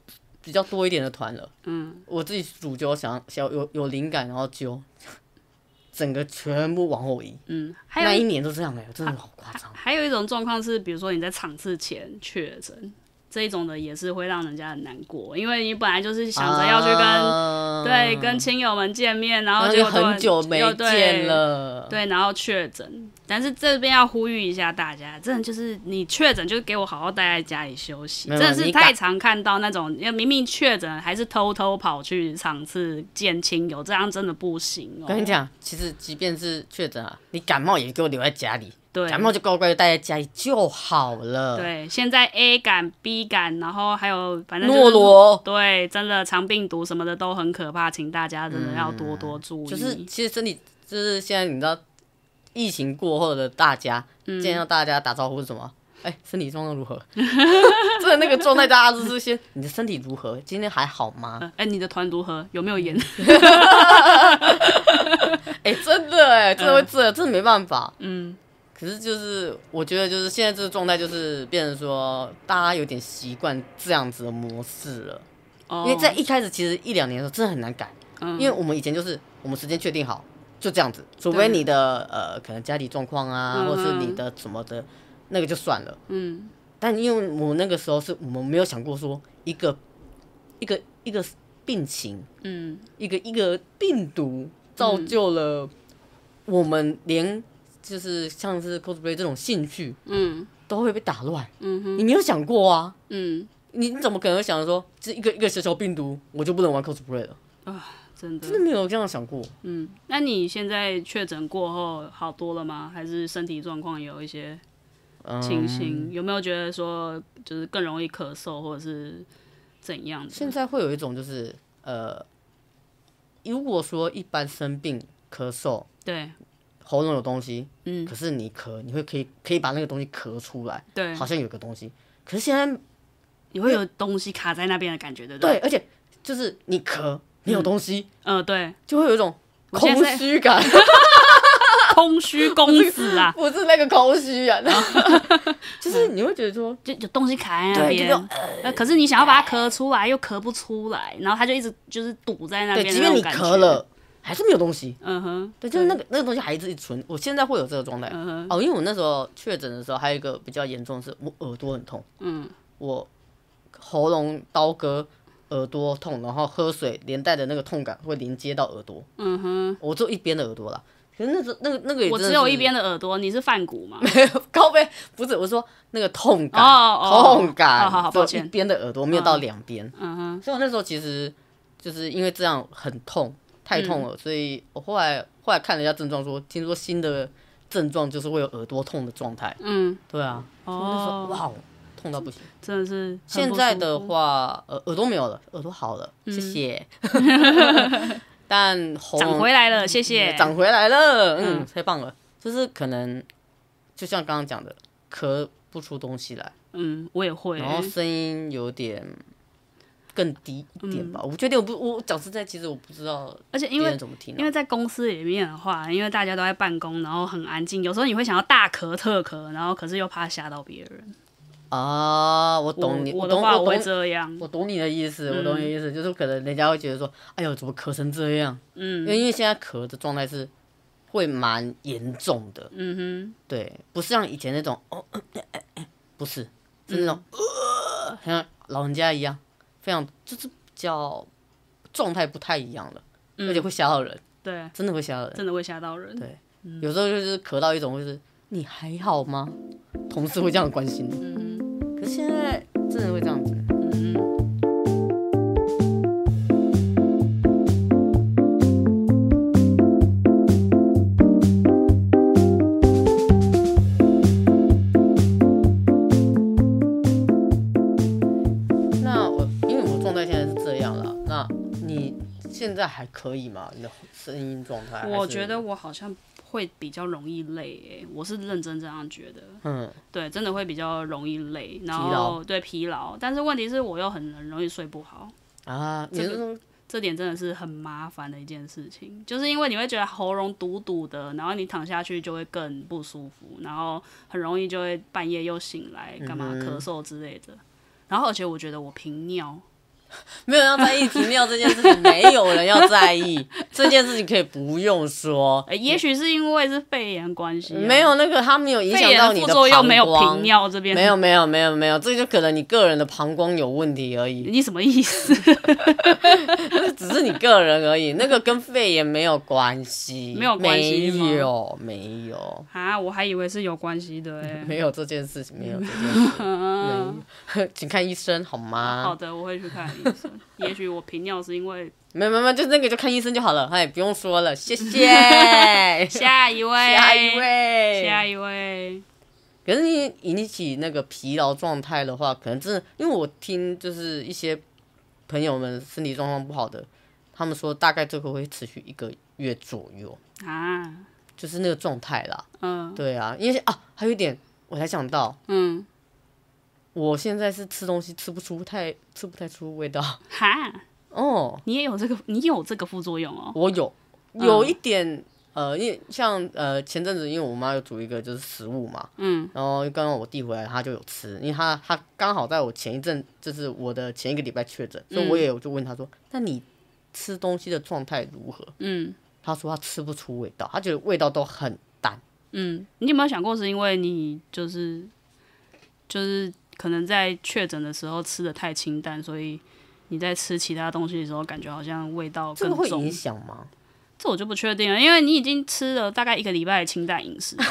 Speaker 2: 比较多一点的团了。
Speaker 1: 嗯
Speaker 2: 我自己主揪想想有有灵感，然后揪，整个全部往后移。
Speaker 1: 嗯，还有
Speaker 2: 那一年都这样哎、真的好夸张。
Speaker 1: 还有一种状况是，比如说你在场次前确诊，这一种的也是会让人家很难过，因为你本来就是想着要去跟、
Speaker 2: 啊
Speaker 1: 对跟亲友们见面，然
Speaker 2: 然
Speaker 1: 后
Speaker 2: 后
Speaker 1: 结
Speaker 2: 就
Speaker 1: 果突然
Speaker 2: 很久没
Speaker 1: 又对
Speaker 2: 见了，
Speaker 1: 对，然后确诊。但是这边要呼吁一下大家，真的就是你确诊，就是给我好好待在家里休息。
Speaker 2: 没
Speaker 1: 真
Speaker 2: 有
Speaker 1: 的是
Speaker 2: 你
Speaker 1: 太
Speaker 2: 敢
Speaker 1: 常看到那种，明明确诊还是偷偷跑去场次见亲友，这样真的不行哦、
Speaker 2: 跟你讲，其实即便是确诊啊，你感冒也给我留在家里，
Speaker 1: 对，
Speaker 2: 感冒就乖乖地待在家里就好了。，
Speaker 1: 对，现在 A 感、B 感，然后还有反正就是嗯
Speaker 2: 诺罗
Speaker 1: 对，真的肠病毒什么的都很可怕，请大家真的要多多注意。
Speaker 2: 嗯就是其实身体就是现在你知道，疫情过后的大家，
Speaker 1: 嗯
Speaker 2: 见到大家打招呼是什么？哎、身体状况如何？ [laughs] 真的那个状态，大家都是先你的身体如何？今天还好吗？
Speaker 1: 呃哎、你的团如何？有没有演？
Speaker 2: 哎、真的哎、真的会这，真的没办法。
Speaker 1: 嗯
Speaker 2: 可是就是我觉得就是现在这个状态就是变成说大家有点习惯这样子的模式了，
Speaker 1: 哦
Speaker 2: 因，为在一开始其实一两年的时候真的很难改，
Speaker 1: 嗯
Speaker 2: 因为我们以前就是我们时间确定好就这样子，除非你的呃可能家里状况啊
Speaker 1: 嗯，
Speaker 2: 或者是你的什么的那个就算了，
Speaker 1: 嗯
Speaker 2: 但因为我那个时候是我们没有想过说一个一个一个病情
Speaker 1: 嗯
Speaker 2: 一个一个病毒造就了我们连就是像是 cosplay 这种兴趣
Speaker 1: 嗯
Speaker 2: 都会被打乱。
Speaker 1: 嗯哼
Speaker 2: 你没有想过啊？
Speaker 1: 嗯，
Speaker 2: 你你怎么可能会想着说这一个一个小小病毒我就不能玩 cosplay 了？
Speaker 1: 真
Speaker 2: 真的
Speaker 1: 的，
Speaker 2: 没有这样想过。
Speaker 1: 嗯。那你现在确诊过后好多了吗？还是身体状况有一些？
Speaker 2: 嗯
Speaker 1: 情形？有没有觉得说就是更容易咳嗽或者是怎样的？
Speaker 2: 现在会有一种就是呃，如果说一般生病咳嗽，
Speaker 1: 对
Speaker 2: 喉咙有东西，嗯，可是你咳，你会可以可以把那个东西咳出来，
Speaker 1: 对，
Speaker 2: 好像有个东西。可是现在
Speaker 1: 你会有东西卡在那边的感觉，对不
Speaker 2: 对，？而且就是你咳，你有东西，
Speaker 1: 嗯，对，
Speaker 2: 就会有一种
Speaker 1: 我现
Speaker 2: 空
Speaker 1: 在 [laughs]
Speaker 2: 虚感。
Speaker 1: 空虚公子啊，
Speaker 2: 不是那个空
Speaker 1: [laughs]
Speaker 2: 虚啊，就是你会觉得说，
Speaker 1: 就有东西卡在那
Speaker 2: 对就
Speaker 1: 边，呃可是你想要把它咳出来，又咳不出来，然后它就一直就是堵在那
Speaker 2: 对，
Speaker 1: 边。
Speaker 2: 即便你咳，了，还是没有东西。
Speaker 1: 嗯哼，
Speaker 2: 对，就是那个那个东西还一直存。我现在会有这个状态
Speaker 1: 嗯
Speaker 2: 哦，因为我那时候确诊的时候，还有一个比较严重的是，我耳朵很痛，嗯，我喉咙刀割，耳朵痛，然后喝水连带的那个痛感会连接到耳朵，
Speaker 1: 嗯哼，
Speaker 2: 我只有一边的耳朵啦。可是那时候那个那个也
Speaker 1: 我
Speaker 2: 真的
Speaker 1: 只有
Speaker 2: 是
Speaker 1: 一
Speaker 2: [laughs]
Speaker 1: 边的耳朵，你是范骨吗？
Speaker 2: 高背不是，我说那个痛感，
Speaker 1: 哦哦
Speaker 2: 痛感，
Speaker 1: 哦好好抱
Speaker 2: 只有一
Speaker 1: 歉
Speaker 2: 边的耳朵没有到两边，
Speaker 1: 嗯哼，
Speaker 2: 所以我那时候其实就是因为这样很痛，太痛
Speaker 1: 嗯
Speaker 2: 了，所以我后来后来看了一下症状说听说新的症状就是会有耳朵痛的状态，
Speaker 1: 嗯，
Speaker 2: 对啊，那时候
Speaker 1: 哦，
Speaker 2: 哇，痛到不行。
Speaker 1: 真的是很不
Speaker 2: 现在
Speaker 1: 舒
Speaker 2: 的
Speaker 1: 服
Speaker 2: 话，呃，耳朵没有了，耳朵好了，
Speaker 1: [laughs]
Speaker 2: 谢谢。但喉
Speaker 1: 嗯长
Speaker 2: 咙
Speaker 1: 回来了，谢谢。
Speaker 2: 长回来了，嗯，太棒了。就是可能，就像刚刚讲的，咳不出东西来，
Speaker 1: 嗯，我也会
Speaker 2: 然，后声音有点更低一点吧。我觉得我不，我讲实在，其实我不知道
Speaker 1: 而且嗯因
Speaker 2: 别
Speaker 1: 为
Speaker 2: 人怎么听啊、
Speaker 1: 因为在公司里面的话，因为大家都在办公，然后很安静，有时候你会想要大咳特咳，然后可是又怕吓到别人。
Speaker 2: 啊，我懂你，
Speaker 1: 我
Speaker 2: 我
Speaker 1: 我的
Speaker 2: 懂，
Speaker 1: 话
Speaker 2: 我
Speaker 1: 我嗯会
Speaker 2: 懂，
Speaker 1: 这样，
Speaker 2: 我懂你的意思，我懂你的意思，就是可能人家会觉得说，哎呦，怎么咳成这样？
Speaker 1: 嗯
Speaker 2: 因为因为现在咳的状态是会蛮严重的，
Speaker 1: 嗯
Speaker 2: 对，不是像以前那种哦， [coughs] 呃呃呃呃不是，是那种、
Speaker 1: 嗯
Speaker 2: 呃，像老人家一样，非常就是比较状态不太一样了，
Speaker 1: 嗯
Speaker 2: 而且会吓到人，
Speaker 1: 哼，对，
Speaker 2: 真的会吓到人。
Speaker 1: 真的会吓到人。
Speaker 2: 对有时候就是咳到一种，就是你还好吗？同事会这样关心你，
Speaker 1: 嗯
Speaker 2: 可是现在真的会这样子。
Speaker 1: 嗯嗯。
Speaker 2: 那我因为我的状态现在是这样了，那你现在还可以吗？你的声音状态还是？
Speaker 1: 我觉得我好像会比较容易累、欸，我是认真这样觉得。
Speaker 2: 嗯，
Speaker 1: 对，真的会比较容易累，然
Speaker 2: 疲劳
Speaker 1: 后对疲劳，但是问题是我又很很容易睡不好，
Speaker 2: 啊，你
Speaker 1: 这
Speaker 2: 是
Speaker 1: 个
Speaker 2: 说
Speaker 1: 这点真的是很麻烦的一件事情，就是因为你会觉得喉咙堵堵的，然后你躺下去就会更不舒服，然后很容易就会半夜又醒来，
Speaker 2: 嗯
Speaker 1: 干嘛咳嗽之类的。然后而且我觉得我频尿，
Speaker 2: 没有人要在意停尿这件事情，没有人要在 [laughs] 意这件事情，可以不用说。
Speaker 1: 呃，也许是因为是肺炎关系啊、
Speaker 2: 嗯没有那个，它没有影
Speaker 1: 肺
Speaker 2: 响
Speaker 1: 炎
Speaker 2: 到
Speaker 1: 的
Speaker 2: 你
Speaker 1: 副
Speaker 2: 的
Speaker 1: 作用，
Speaker 2: 膀
Speaker 1: 没有频
Speaker 2: 胱。
Speaker 1: 尿这边
Speaker 2: 没有没有没有没有，这就可能你个人的膀胱有问题而已，
Speaker 1: 你什么意思？
Speaker 2: 只是你个人而已，那个跟肺炎没有关
Speaker 1: [laughs]
Speaker 2: 系，
Speaker 1: 没有关系吗
Speaker 2: 没有没有
Speaker 1: 啊，我还以为是有关系
Speaker 2: [laughs]
Speaker 1: 的哎、
Speaker 2: 没有这件事情，没有
Speaker 1: [laughs]
Speaker 2: 这件事情，没有请看医生好吗？
Speaker 1: 好的，我会去看医生。
Speaker 2: [laughs]
Speaker 1: 也许我频尿是因为
Speaker 2: 没有没有，没有，就那个就看医生就好了，哎，不用说了，
Speaker 1: [laughs]
Speaker 2: 谢谢。下
Speaker 1: 下一位，
Speaker 2: 一，位，
Speaker 1: 下一位，
Speaker 2: 可是你引起那个疲劳状态的话，可能真的，因为我听就是一些朋友们身体状况不好的，他们说大概这个会持续一个月左右，
Speaker 1: 啊，
Speaker 2: 就是那个状态啦。
Speaker 1: 嗯
Speaker 2: 对啊，因为啊，还有一点我才想到，
Speaker 1: 嗯，
Speaker 2: 我现在是吃东西吃不出太吃不太出味 [laughs] 道
Speaker 1: 哈，
Speaker 2: 哦，
Speaker 1: 你也有这个，你有这个副作用哦。
Speaker 2: 我有有一点、呃，因为像呃前阵子因为我妈有煮一个就是食物嘛，
Speaker 1: 嗯
Speaker 2: 然后刚刚我弟回来，他就有吃，因为他他刚好在我前一阵，就是我的前一个礼拜确诊，所以我也有就问他说，那你吃东西的状态如何？
Speaker 1: 嗯
Speaker 2: 他说他吃不出味道，他觉得味道都很淡。
Speaker 1: 嗯，你有没有想过是因为你就是就是可能在确诊的时候吃的太清淡，所以你在吃其他东西的时候感觉好像味道
Speaker 2: 这
Speaker 1: 更
Speaker 2: 个会
Speaker 1: 重
Speaker 2: 影？响吗？
Speaker 1: 这我就不确定了，因为你已经吃了大概一个礼拜的清淡饮食了。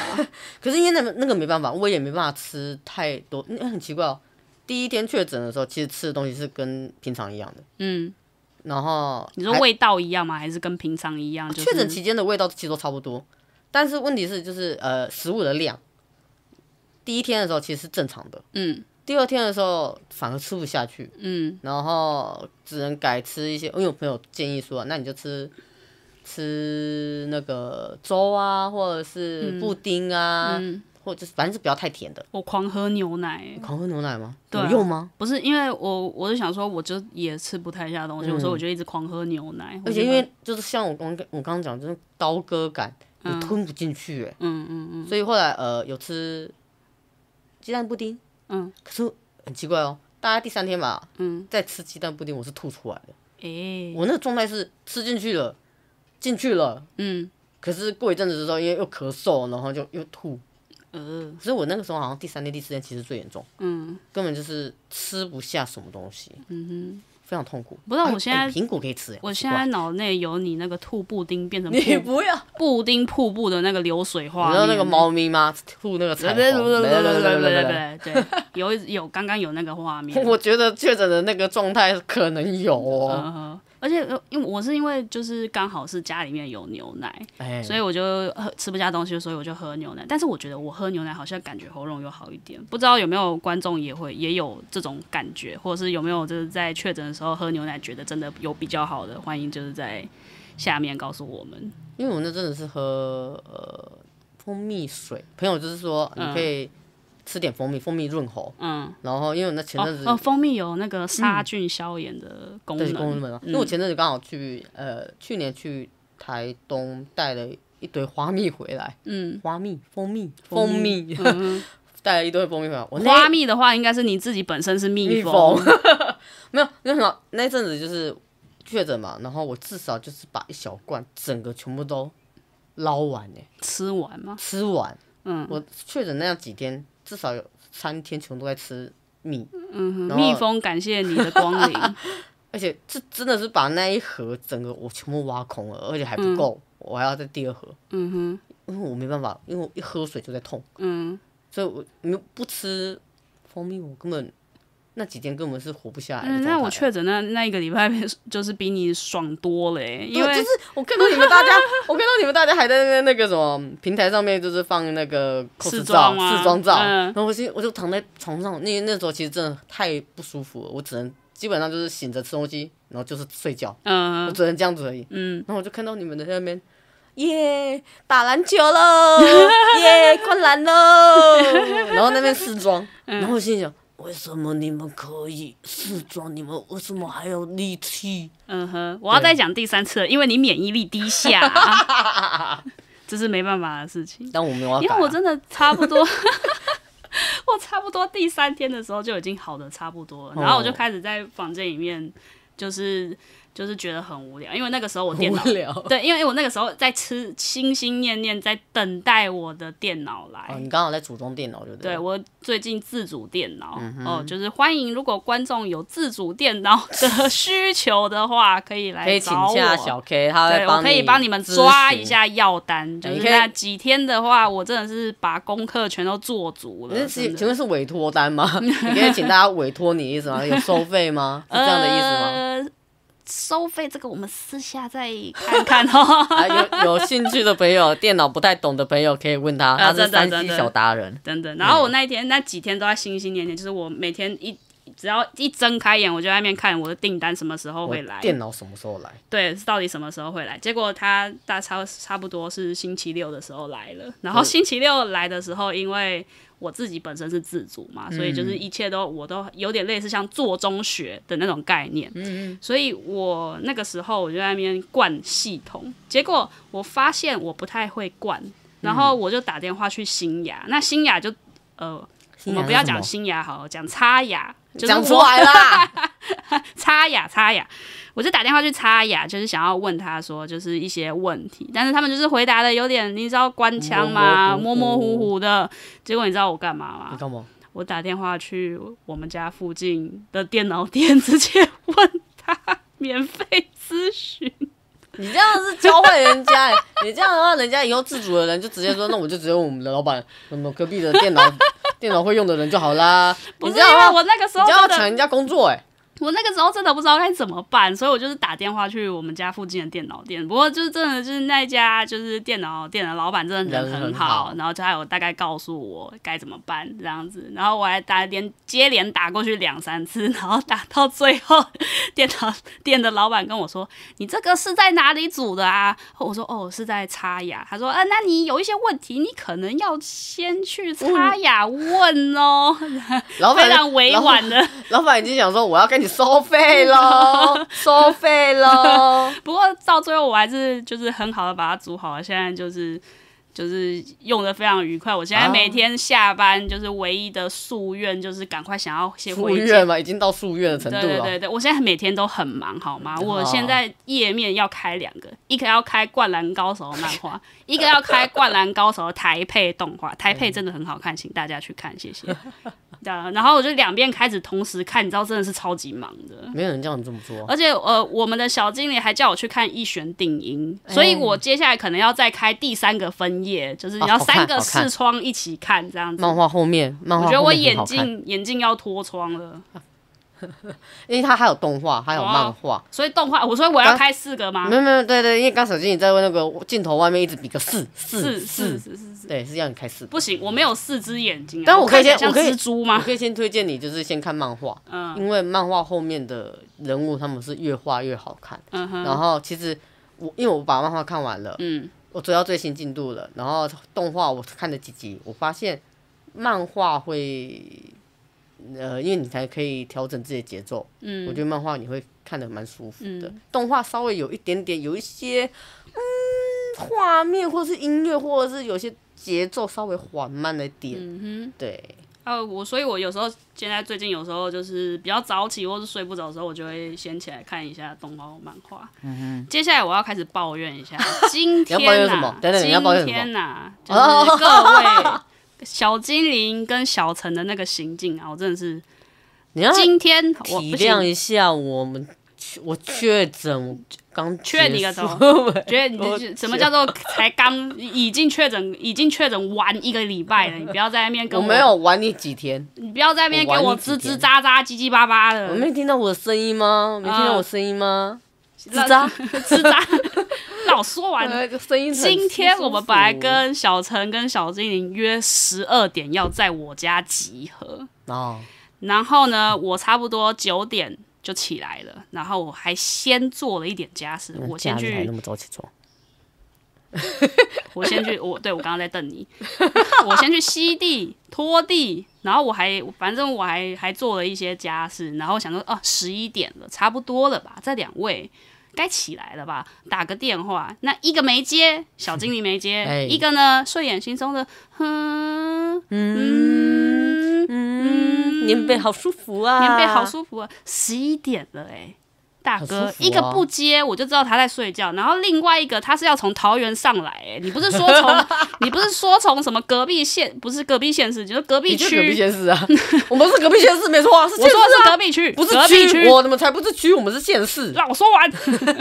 Speaker 2: 可是因为那个那个没办法，我也没办法吃太多，嗯很奇怪哦。第一天确诊的时候，其实吃的东西是跟平常一样的，
Speaker 1: 嗯，
Speaker 2: 然后
Speaker 1: 你说
Speaker 2: 还
Speaker 1: 味道一样吗？还是跟平常一样？就是
Speaker 2: 确诊期间的味道其实都差不多，但是问题是就是呃食物的量。第一天的时候其实是正常的，
Speaker 1: 嗯
Speaker 2: 第二天的时候反而吃不下去，
Speaker 1: 嗯
Speaker 2: 然后只能改吃一些。因为我朋友建议说，那你就吃吃那个粥啊，或者是布丁啊，
Speaker 1: 嗯，
Speaker 2: 或者是反正是不要太甜的。
Speaker 1: 我狂喝牛奶欸、
Speaker 2: 狂喝牛奶吗？
Speaker 1: 对啊
Speaker 2: 有用吗？
Speaker 1: 不是因为我，我就想说，我就也吃不太下东西，我说我就一直狂喝牛奶，
Speaker 2: 而且因为就是像我刚我刚刚讲，就是刀割感，你吞不进去、欸，
Speaker 1: 嗯嗯嗯，
Speaker 2: 所以后来呃有吃鸡蛋布丁，
Speaker 1: 嗯，
Speaker 2: 可是很奇怪哦，大概第三天吧，
Speaker 1: 嗯，
Speaker 2: 在吃鸡蛋布丁，我是吐出来的，
Speaker 1: 诶、
Speaker 2: 我那个状态是吃进去了，进去了，
Speaker 1: 嗯
Speaker 2: 可是过一阵子之后，因为又咳嗽，然后就又吐，
Speaker 1: 呃
Speaker 2: 可是我那个时候好像第三天、第四天其实最严重，
Speaker 1: 嗯
Speaker 2: 根本就是吃不下什么东西，
Speaker 1: 嗯
Speaker 2: 非常痛苦。
Speaker 1: 不是
Speaker 2: 啊
Speaker 1: 我现在
Speaker 2: 哎苹果可以吃、欸，
Speaker 1: 哼，我
Speaker 2: 很奇
Speaker 1: 现
Speaker 2: 怪
Speaker 1: 在脑内有你那个吐布丁变成
Speaker 2: 你
Speaker 1: 瀑
Speaker 2: 不要。
Speaker 1: 布丁瀑布的那个流水画面，
Speaker 2: 你知道那个猫咪吗？吐那个彩虹。
Speaker 1: 对对对对对对对
Speaker 2: 对
Speaker 1: 对对，有有刚刚有那个画面，
Speaker 2: 我觉得确诊的那个状态可能有哦。
Speaker 1: 呃，而且呃因为我是因为就是刚好是家里面有牛奶，
Speaker 2: 哎，
Speaker 1: 所以我就喝吃不下东西，所以我就喝牛奶。但是我觉得我喝牛奶好像感觉喉咙有好一点，不知道有没有观众也会也有这种感觉，或者是有没有就是在确诊的时候喝牛奶觉得真的有比较好的，欢迎就是在下面告诉我们。
Speaker 2: 因为我那真的是喝呃蜂蜜水，朋友就是说你可以吃点蜂蜜，蜂蜜润喉。
Speaker 1: 嗯，
Speaker 2: 然后因为我那前
Speaker 1: 哦
Speaker 2: 阵子
Speaker 1: 哦，蜂蜜有那个杀菌消炎的功
Speaker 2: 对
Speaker 1: 能，
Speaker 2: 公司们啊，因为我前阵子刚好去呃去年去台东带了一堆花蜜回来，
Speaker 1: 嗯，
Speaker 2: 花蜜、蜂蜜、蜂蜜， [laughs] 带了一堆蜂蜜回来。我那
Speaker 1: 花蜜的话应该是你自己本身是蜜
Speaker 2: 蜜
Speaker 1: 蜂，
Speaker 2: 蜂， [laughs] 没有那什么那一阵子就是确诊嘛，然后我至少就是把一小罐整个全部都捞完哎、
Speaker 1: 吃完吗？
Speaker 2: 吃完。
Speaker 1: 嗯，
Speaker 2: 我确诊那样几天，至少有三天全部都在吃米，
Speaker 1: 嗯哼，
Speaker 2: 然后
Speaker 1: 蜜蜂感谢你的光临，
Speaker 2: 而且这真的是把那一盒整个我全部挖空了，而且还不够，我还要再第二盒，
Speaker 1: 嗯
Speaker 2: 因为我没办法，因为我一喝水就在痛，
Speaker 1: 哼，嗯
Speaker 2: 所以我没有不吃蜂蜜，我根本那几天根本是活不下来的
Speaker 1: 嗯，
Speaker 2: 状态、
Speaker 1: 那我确诊那那一个礼拜 [laughs] 就是比你爽多了欸，因
Speaker 2: 对，
Speaker 1: 为
Speaker 2: 就是我看到你们
Speaker 1: [laughs]
Speaker 2: 大家，我看到你们大家还在那边那个什么平台上面，就是放那个 cos
Speaker 1: 试
Speaker 2: 照、
Speaker 1: 妆吗
Speaker 2: 试妆照，
Speaker 1: 嗯
Speaker 2: 然后我就我就躺在床上，那那时候其实真的太不舒服了，我只能基本上就是醒着吃东西，然后就是睡觉，我
Speaker 1: 嗯
Speaker 2: 只能这样子而已。
Speaker 1: 嗯，
Speaker 2: 然后我就看到你们在那边，耶，打篮球喽，耶，灌篮
Speaker 1: [laughs]
Speaker 2: 喽，然后那边试妆，
Speaker 1: 嗯
Speaker 2: 然后我心里想，为什么你们可以试妆，你们为什么还有力气？
Speaker 1: 嗯哼，我要再讲第三次了，因为你免疫力低下，啊
Speaker 2: [laughs]
Speaker 1: 这是没办法的事情。
Speaker 2: 但我没有要
Speaker 1: 因
Speaker 2: 改啊
Speaker 1: 为我真的差不多， [laughs] 我差不多第三天的时候就已经好的差不多了，
Speaker 2: 哦
Speaker 1: 然后我就开始在房间里面，就是就是觉得很无聊，因为那个时候我电脑
Speaker 2: 无 [laughs] 聊。
Speaker 1: 对，因为我那个时候在吃，心心念念在等待我的电脑来。
Speaker 2: 哦，你刚好在组装电脑，对不对？
Speaker 1: 对我最近自主电脑、
Speaker 2: 嗯
Speaker 1: 哦，就是欢迎如果观众有自主电脑的需求的话，可以来
Speaker 2: 可以请
Speaker 1: 找我。
Speaker 2: 假小 K，他会
Speaker 1: 对，我可以帮你们
Speaker 2: 咨询哎
Speaker 1: 抓一。下药单，就
Speaker 2: 你
Speaker 1: 是
Speaker 2: 可以
Speaker 1: 那几天的话，我真的是把功课全都做足
Speaker 2: 你是
Speaker 1: 了。
Speaker 2: 请
Speaker 1: 哦真
Speaker 2: 请
Speaker 1: 的
Speaker 2: 问是委托单吗？
Speaker 1: [laughs]
Speaker 2: 你可以请大家委托你意思吗？有收费吗？是这样的意思吗？
Speaker 1: 呃，收费这个我们私下再看看哦。 [laughs]
Speaker 2: 啊，有有兴趣的朋友，电脑不太懂的朋友可以问
Speaker 1: [laughs]
Speaker 2: 他，他是
Speaker 1: 啊真的
Speaker 2: 三
Speaker 1: 真
Speaker 2: C
Speaker 1: 的
Speaker 2: 小达人。
Speaker 1: 等等。然后
Speaker 2: 嗯
Speaker 1: 我那一天、那几天都在心心念念，就是我每天一只要一睁开眼，我就在那边看我的订单什么时候会来
Speaker 2: 我，电脑什么时候来？
Speaker 1: 对，到底什么时候会来。结果他大差差不多是星期六的时候来了，然
Speaker 2: 嗯
Speaker 1: 后星期六来的时候，因为。我自己本身是自主嘛，所以就是
Speaker 2: 嗯
Speaker 1: 一切都我都有点类似像做中学的那种概念，
Speaker 2: 嗯
Speaker 1: 所以我那个时候我就在那边灌系统，结果我发现我不太会灌，然后
Speaker 2: 嗯
Speaker 1: 我就打电话去新雅，那新雅就呃，我
Speaker 2: 新雅
Speaker 1: 们
Speaker 2: 是
Speaker 1: 不要
Speaker 2: 什么
Speaker 1: 讲新雅好了，讲擦雅，就是
Speaker 2: 讲
Speaker 1: 我
Speaker 2: 出
Speaker 1: [laughs]
Speaker 2: 来啦！
Speaker 1: 擦雅擦雅，我就打电话去擦雅，就是想要问他说就是一些问题，但是他们就是回答的有点你知道官腔嘛，模模
Speaker 2: 模模糊糊
Speaker 1: 糊
Speaker 2: 嗯
Speaker 1: 糊的。结果你知道我干嘛
Speaker 2: 你
Speaker 1: 吗？
Speaker 2: 干嘛？
Speaker 1: 我打电话去我们家附近的电脑店，直接问他免费咨询。
Speaker 2: 你这样是教坏人家欸，你这样的话，人家以后自主的人就直接说，那我就只用我们的老板，什么隔壁的电脑电脑会用的人就好啦。
Speaker 1: 不
Speaker 2: 你
Speaker 1: 是
Speaker 2: 这样
Speaker 1: 因
Speaker 2: 的
Speaker 1: 为
Speaker 2: 话，
Speaker 1: 我那个时
Speaker 2: 你
Speaker 1: 候
Speaker 2: 这样要
Speaker 1: 真
Speaker 2: 抢
Speaker 1: 的，
Speaker 2: 人家工作哎。
Speaker 1: 我那个时候真的不知道该怎么办，所以我就是打电话去我们家附近的电脑店。不过就是真的就是那一家就是电脑店的老板真的人
Speaker 2: 人
Speaker 1: 很
Speaker 2: 很
Speaker 1: 好，
Speaker 2: 好
Speaker 1: 然后就还有大概告诉我该怎么办这样子，然后我还打连接连打过去两三次， [laughs] 然后打到最后电脑店的老板跟我说：“你这个是在哪里煮的啊？”我说：“哦，是在擦牙。”他说：“啊，那你有一些问题，你可能要先去擦牙问哦。
Speaker 2: 老板
Speaker 1: 非常委婉的。
Speaker 2: 老板已经想说我要跟你收费
Speaker 1: [laughs]
Speaker 2: 喽，收费喽。
Speaker 1: 不过到最后我还是就是很好的把它煮好了，现在就是就是用的非常愉快。我现在
Speaker 2: 啊
Speaker 1: 每天下班就是唯一的夙愿就是赶快想要先
Speaker 2: 住
Speaker 1: 回
Speaker 2: 院嘛，已经到住院的程
Speaker 1: 对
Speaker 2: 度
Speaker 1: 对
Speaker 2: 了。哦
Speaker 1: 对对，我现在每天都很忙，好吗？我现在页面要开两个，一个要开《灌篮高手》漫画， [laughs] 一个要开《灌篮高手》台配动画。台
Speaker 2: 嗯
Speaker 1: 配真的很好看，请大家去看，谢谢。 [laughs] 对啊，然后我就两边开始同时看，你知道真的是超级忙的。
Speaker 2: 没有人叫你这么做，
Speaker 1: 而且呃，我们的小经理还叫我去看一选定音，所
Speaker 2: 哎
Speaker 1: 以我接下来可能要再开第三个分页，就是你要
Speaker 2: 哦好看
Speaker 1: 三个
Speaker 2: 好看
Speaker 1: 视窗一起看这样子。
Speaker 2: 漫画后面，漫
Speaker 1: 我
Speaker 2: 画
Speaker 1: 觉得
Speaker 2: 后
Speaker 1: 我
Speaker 2: 面很
Speaker 1: 眼
Speaker 2: 好看，
Speaker 1: 镜眼镜要脱窗了，
Speaker 2: 因为它还有动画，还有漫画。
Speaker 1: 所以动画我说我要
Speaker 2: 刚
Speaker 1: 开四个吗
Speaker 2: 没？有没有，对对，因为刚手机你在那个镜头外面一直比个四
Speaker 1: 四
Speaker 2: 嗯四
Speaker 1: 四，四四四，
Speaker 2: 对，是让你开四。
Speaker 1: 不行，我没有四只眼睛啊、
Speaker 2: 但我可以
Speaker 1: 看
Speaker 2: 先
Speaker 1: 起来
Speaker 2: 我可以
Speaker 1: 像蜘蛛
Speaker 2: 我
Speaker 1: 吗？ [laughs]
Speaker 2: 可以先推荐你，就是先看漫画，
Speaker 1: 嗯
Speaker 2: 因为漫画后面的人物他们是越画越好看。
Speaker 1: 嗯哼，
Speaker 2: 然后其实我因为我把漫画看完了，
Speaker 1: 嗯，
Speaker 2: 我追到最新进度了，然后动画我看了几集，我发现漫画会，呃，因为你才可以调整自己的节奏，嗯，我觉得漫画你会看得蛮舒服的，
Speaker 1: 嗯
Speaker 2: 动画稍微有一点点有一些，嗯，画面或是音乐或者是有些节奏稍微缓慢了一点，嗯对，
Speaker 1: 啊，我所以，我有时候现在最近有时候就是比较早起或是睡不着的时候，我就会先起来看一下动画或漫画。嗯接下来我要开始抱怨一下，今天
Speaker 2: [laughs] 你要抱
Speaker 1: 呐、
Speaker 2: 怨什么等等你要抱怨什么哦
Speaker 1: 今天呐、就是各位小精灵跟小陈的那个行径啊，我真的是
Speaker 2: 你要啊体
Speaker 1: 今天我不
Speaker 2: 谅
Speaker 1: 行，
Speaker 2: 一下我们确，我确诊，我刚
Speaker 1: 劝你
Speaker 2: 结
Speaker 1: 个
Speaker 2: 束
Speaker 1: 头，觉得你就是什么叫做才刚已经确诊，已经确诊完一个礼拜了，你不要在那边跟
Speaker 2: 我没有玩你几天。
Speaker 1: 你不要在那边给
Speaker 2: 我
Speaker 1: 我
Speaker 2: 玩你
Speaker 1: 吱
Speaker 2: 几
Speaker 1: 吱
Speaker 2: 天
Speaker 1: 喳喳、叽叽巴巴的，
Speaker 2: 我没听到我的声音吗？没听到我声音吗？
Speaker 1: 让
Speaker 2: 吱
Speaker 1: 吱 [laughs] 喳，让我说完。
Speaker 2: 呃，声音很
Speaker 1: 今天
Speaker 2: 舒服
Speaker 1: 我们本来跟小陈跟小精灵约十二点要在我家集合，
Speaker 2: 哦，
Speaker 1: 然后呢，我差不多九点就起来了，然后我还先做了一点家事，我先
Speaker 2: 假嗯日还
Speaker 1: 去
Speaker 2: 那，么早起床，
Speaker 1: 我先去，我对我刚刚在瞪你， [laughs] 我先去吸地、拖地，然后我还反正我还还做了一些家事，然后想说，哦、十一点了，差不多了吧，这两位。该起来了吧？打个电话，那一个没接，小精灵没接；
Speaker 2: [laughs] 哎
Speaker 1: 一个呢，睡眼惺忪的，哼，嗯嗯，
Speaker 2: 棉被好舒服啊，
Speaker 1: 棉被好舒服啊，十一点了哎、大哥，
Speaker 2: 好舒服啊
Speaker 1: 一个不接我就知道他在睡觉，然后另外一个他是要从桃园上来、哎，你不是说从
Speaker 2: [laughs]
Speaker 1: 你不是说从什么隔壁县，不是隔壁县市，就是隔壁
Speaker 2: 你就是隔壁
Speaker 1: 区，
Speaker 2: 县市啊， [laughs] 我们是隔壁县市没错啊，是县
Speaker 1: 我
Speaker 2: 市
Speaker 1: 说的
Speaker 2: 啊
Speaker 1: 是隔壁区，
Speaker 2: 不
Speaker 1: 隔
Speaker 2: 是
Speaker 1: 壁
Speaker 2: 区，
Speaker 1: 区，
Speaker 2: 我怎么才不是区？我们是县 [laughs] 市。
Speaker 1: 让我说完， [laughs]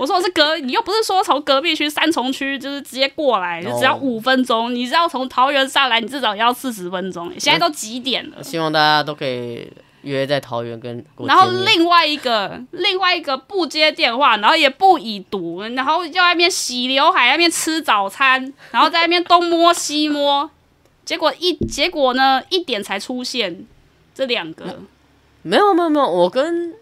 Speaker 1: 我说的是隔，你又不是说从隔壁区三重区就是直接过来，就只要
Speaker 2: 哦
Speaker 1: 五分钟，你只要从桃园上来，你至少也要四十分钟、哎现在都几点了？
Speaker 2: 希望大家都可以约在桃园跟我
Speaker 1: 然后
Speaker 2: 见面
Speaker 1: 另外一个，另外一个不接电话，然后也不已读，然后就在那边洗刘海，在那边吃早餐， [laughs] 然后在那边东摸西摸，结果一结果呢，一点才出现这两个，
Speaker 2: 没有没有没有，我跟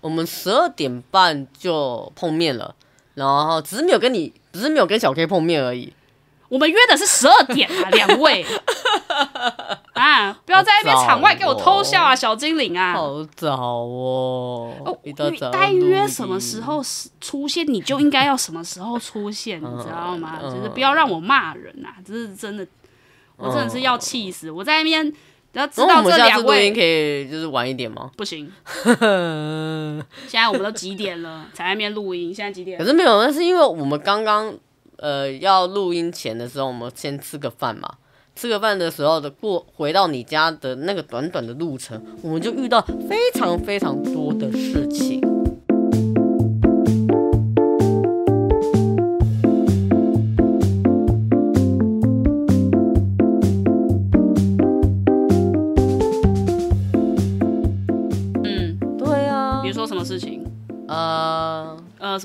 Speaker 2: 我们十二点半就碰面了，然后只是没有跟你，只是没有跟小 K 碰面而已。
Speaker 1: 我们约的是十二点啊，两
Speaker 2: [laughs]
Speaker 1: 位啊，不要在那边场外给我偷笑啊，小精灵啊！
Speaker 2: 哦好早哦，
Speaker 1: 哦
Speaker 2: 一大早。
Speaker 1: 该约什么时？候是出现，你就应该要什么时候出现，你知道吗？
Speaker 2: 嗯
Speaker 1: 就是不要让我骂人啊！这是真的，我真的是要气死！我在那边，只要知
Speaker 2: 然后
Speaker 1: 道
Speaker 2: 哦我们
Speaker 1: 这
Speaker 2: 下次
Speaker 1: 两
Speaker 2: 录音可
Speaker 1: 位
Speaker 2: 以就是晚一点吗？ [laughs]
Speaker 1: 不行，
Speaker 2: 可
Speaker 1: 现在我们都几点了， [laughs] 才在那边录音？现在几点？
Speaker 2: 是没有，那是因为我们刚刚呃要录音前的时候，我们先吃个饭嘛。吃个饭的时候的过回到你家的那个短短的路程，我们就遇到非常非常多的事情。
Speaker 1: 嗯，
Speaker 2: 对
Speaker 1: 啊
Speaker 2: 呃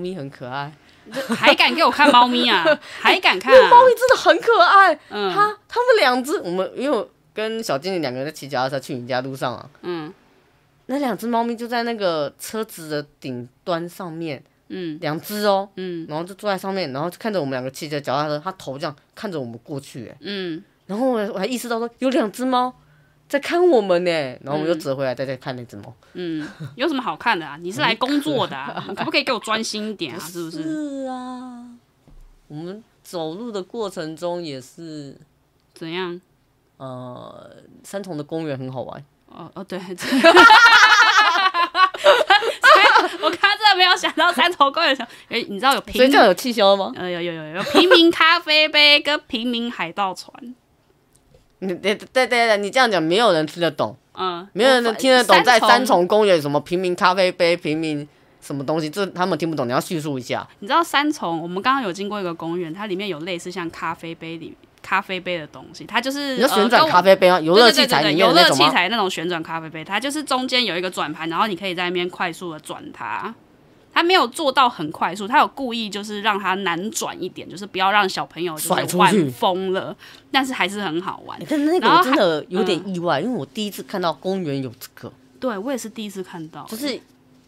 Speaker 2: 咪很可爱，
Speaker 1: 呃还敢给我看猫咪
Speaker 2: [laughs]
Speaker 1: 啊？还敢看啊？
Speaker 2: 猫咪真的很可爱。
Speaker 1: 嗯
Speaker 2: 它它们两只，我们因为我跟小精灵两个人在骑脚踏车去你家路上啊，
Speaker 1: 嗯
Speaker 2: 那两只猫咪就在那个车子的顶端上面，
Speaker 1: 嗯
Speaker 2: 两只哦，
Speaker 1: 嗯
Speaker 2: 然后就坐在上面，然后就看着我们两个骑着脚踏车，它头这样看着我们过去，哎，
Speaker 1: 嗯，
Speaker 2: 然后我我还意识到说有两只猫在看我们呢，然后我们就折回来再再看那只猫。
Speaker 1: 有什么好看的啊？你是来工作的、
Speaker 2: [laughs]
Speaker 1: 啊，你可不可以给我专心一点啊？是不是？
Speaker 2: 哎是啊，我们走路的过程中也是，
Speaker 1: 怎样？
Speaker 2: 呃，三重的公园很好玩，
Speaker 1: 哦哦，对， [laughs] 这所以我刚刚真的没有想到三头公园的时候，哎、你知道有
Speaker 2: 所以
Speaker 1: 平
Speaker 2: 这样有气消吗？
Speaker 1: 呃有有有有平民咖啡杯跟平民海盗船，
Speaker 2: 你对对对对，你这样讲没有人听得懂，
Speaker 1: 嗯，
Speaker 2: 没有人能听得懂在三
Speaker 1: 三重
Speaker 2: 重公园有什么平民咖啡杯、平民什么东西，这他们听不懂，你要叙述一下。
Speaker 1: 你知道三重，我们刚刚有经过一个公园，它里面有类似像咖啡杯里咖啡杯的东西，它就是
Speaker 2: 你说旋
Speaker 1: 呃
Speaker 2: 转
Speaker 1: 跟我
Speaker 2: 咖啡杯吗？啊游乐器材
Speaker 1: 对对对对
Speaker 2: 里
Speaker 1: 对
Speaker 2: 面
Speaker 1: 游
Speaker 2: 的那
Speaker 1: 乐
Speaker 2: 种啊
Speaker 1: 器
Speaker 2: 吗？
Speaker 1: 材那种旋转咖啡杯，它就是中间有一个转盘，然后你可以在那边快速的转它。它没有做到很快速，它有故意就是让它难转一点，就是不要让小朋友就
Speaker 2: 甩
Speaker 1: 是
Speaker 2: 出去
Speaker 1: 玩疯了，但是还是很好玩
Speaker 2: 欸。但是那个
Speaker 1: 然后
Speaker 2: 我
Speaker 1: 还
Speaker 2: 真的有点意外，因为我第一次看到公园有这个，
Speaker 1: 对我也是第一次看到，
Speaker 2: 就是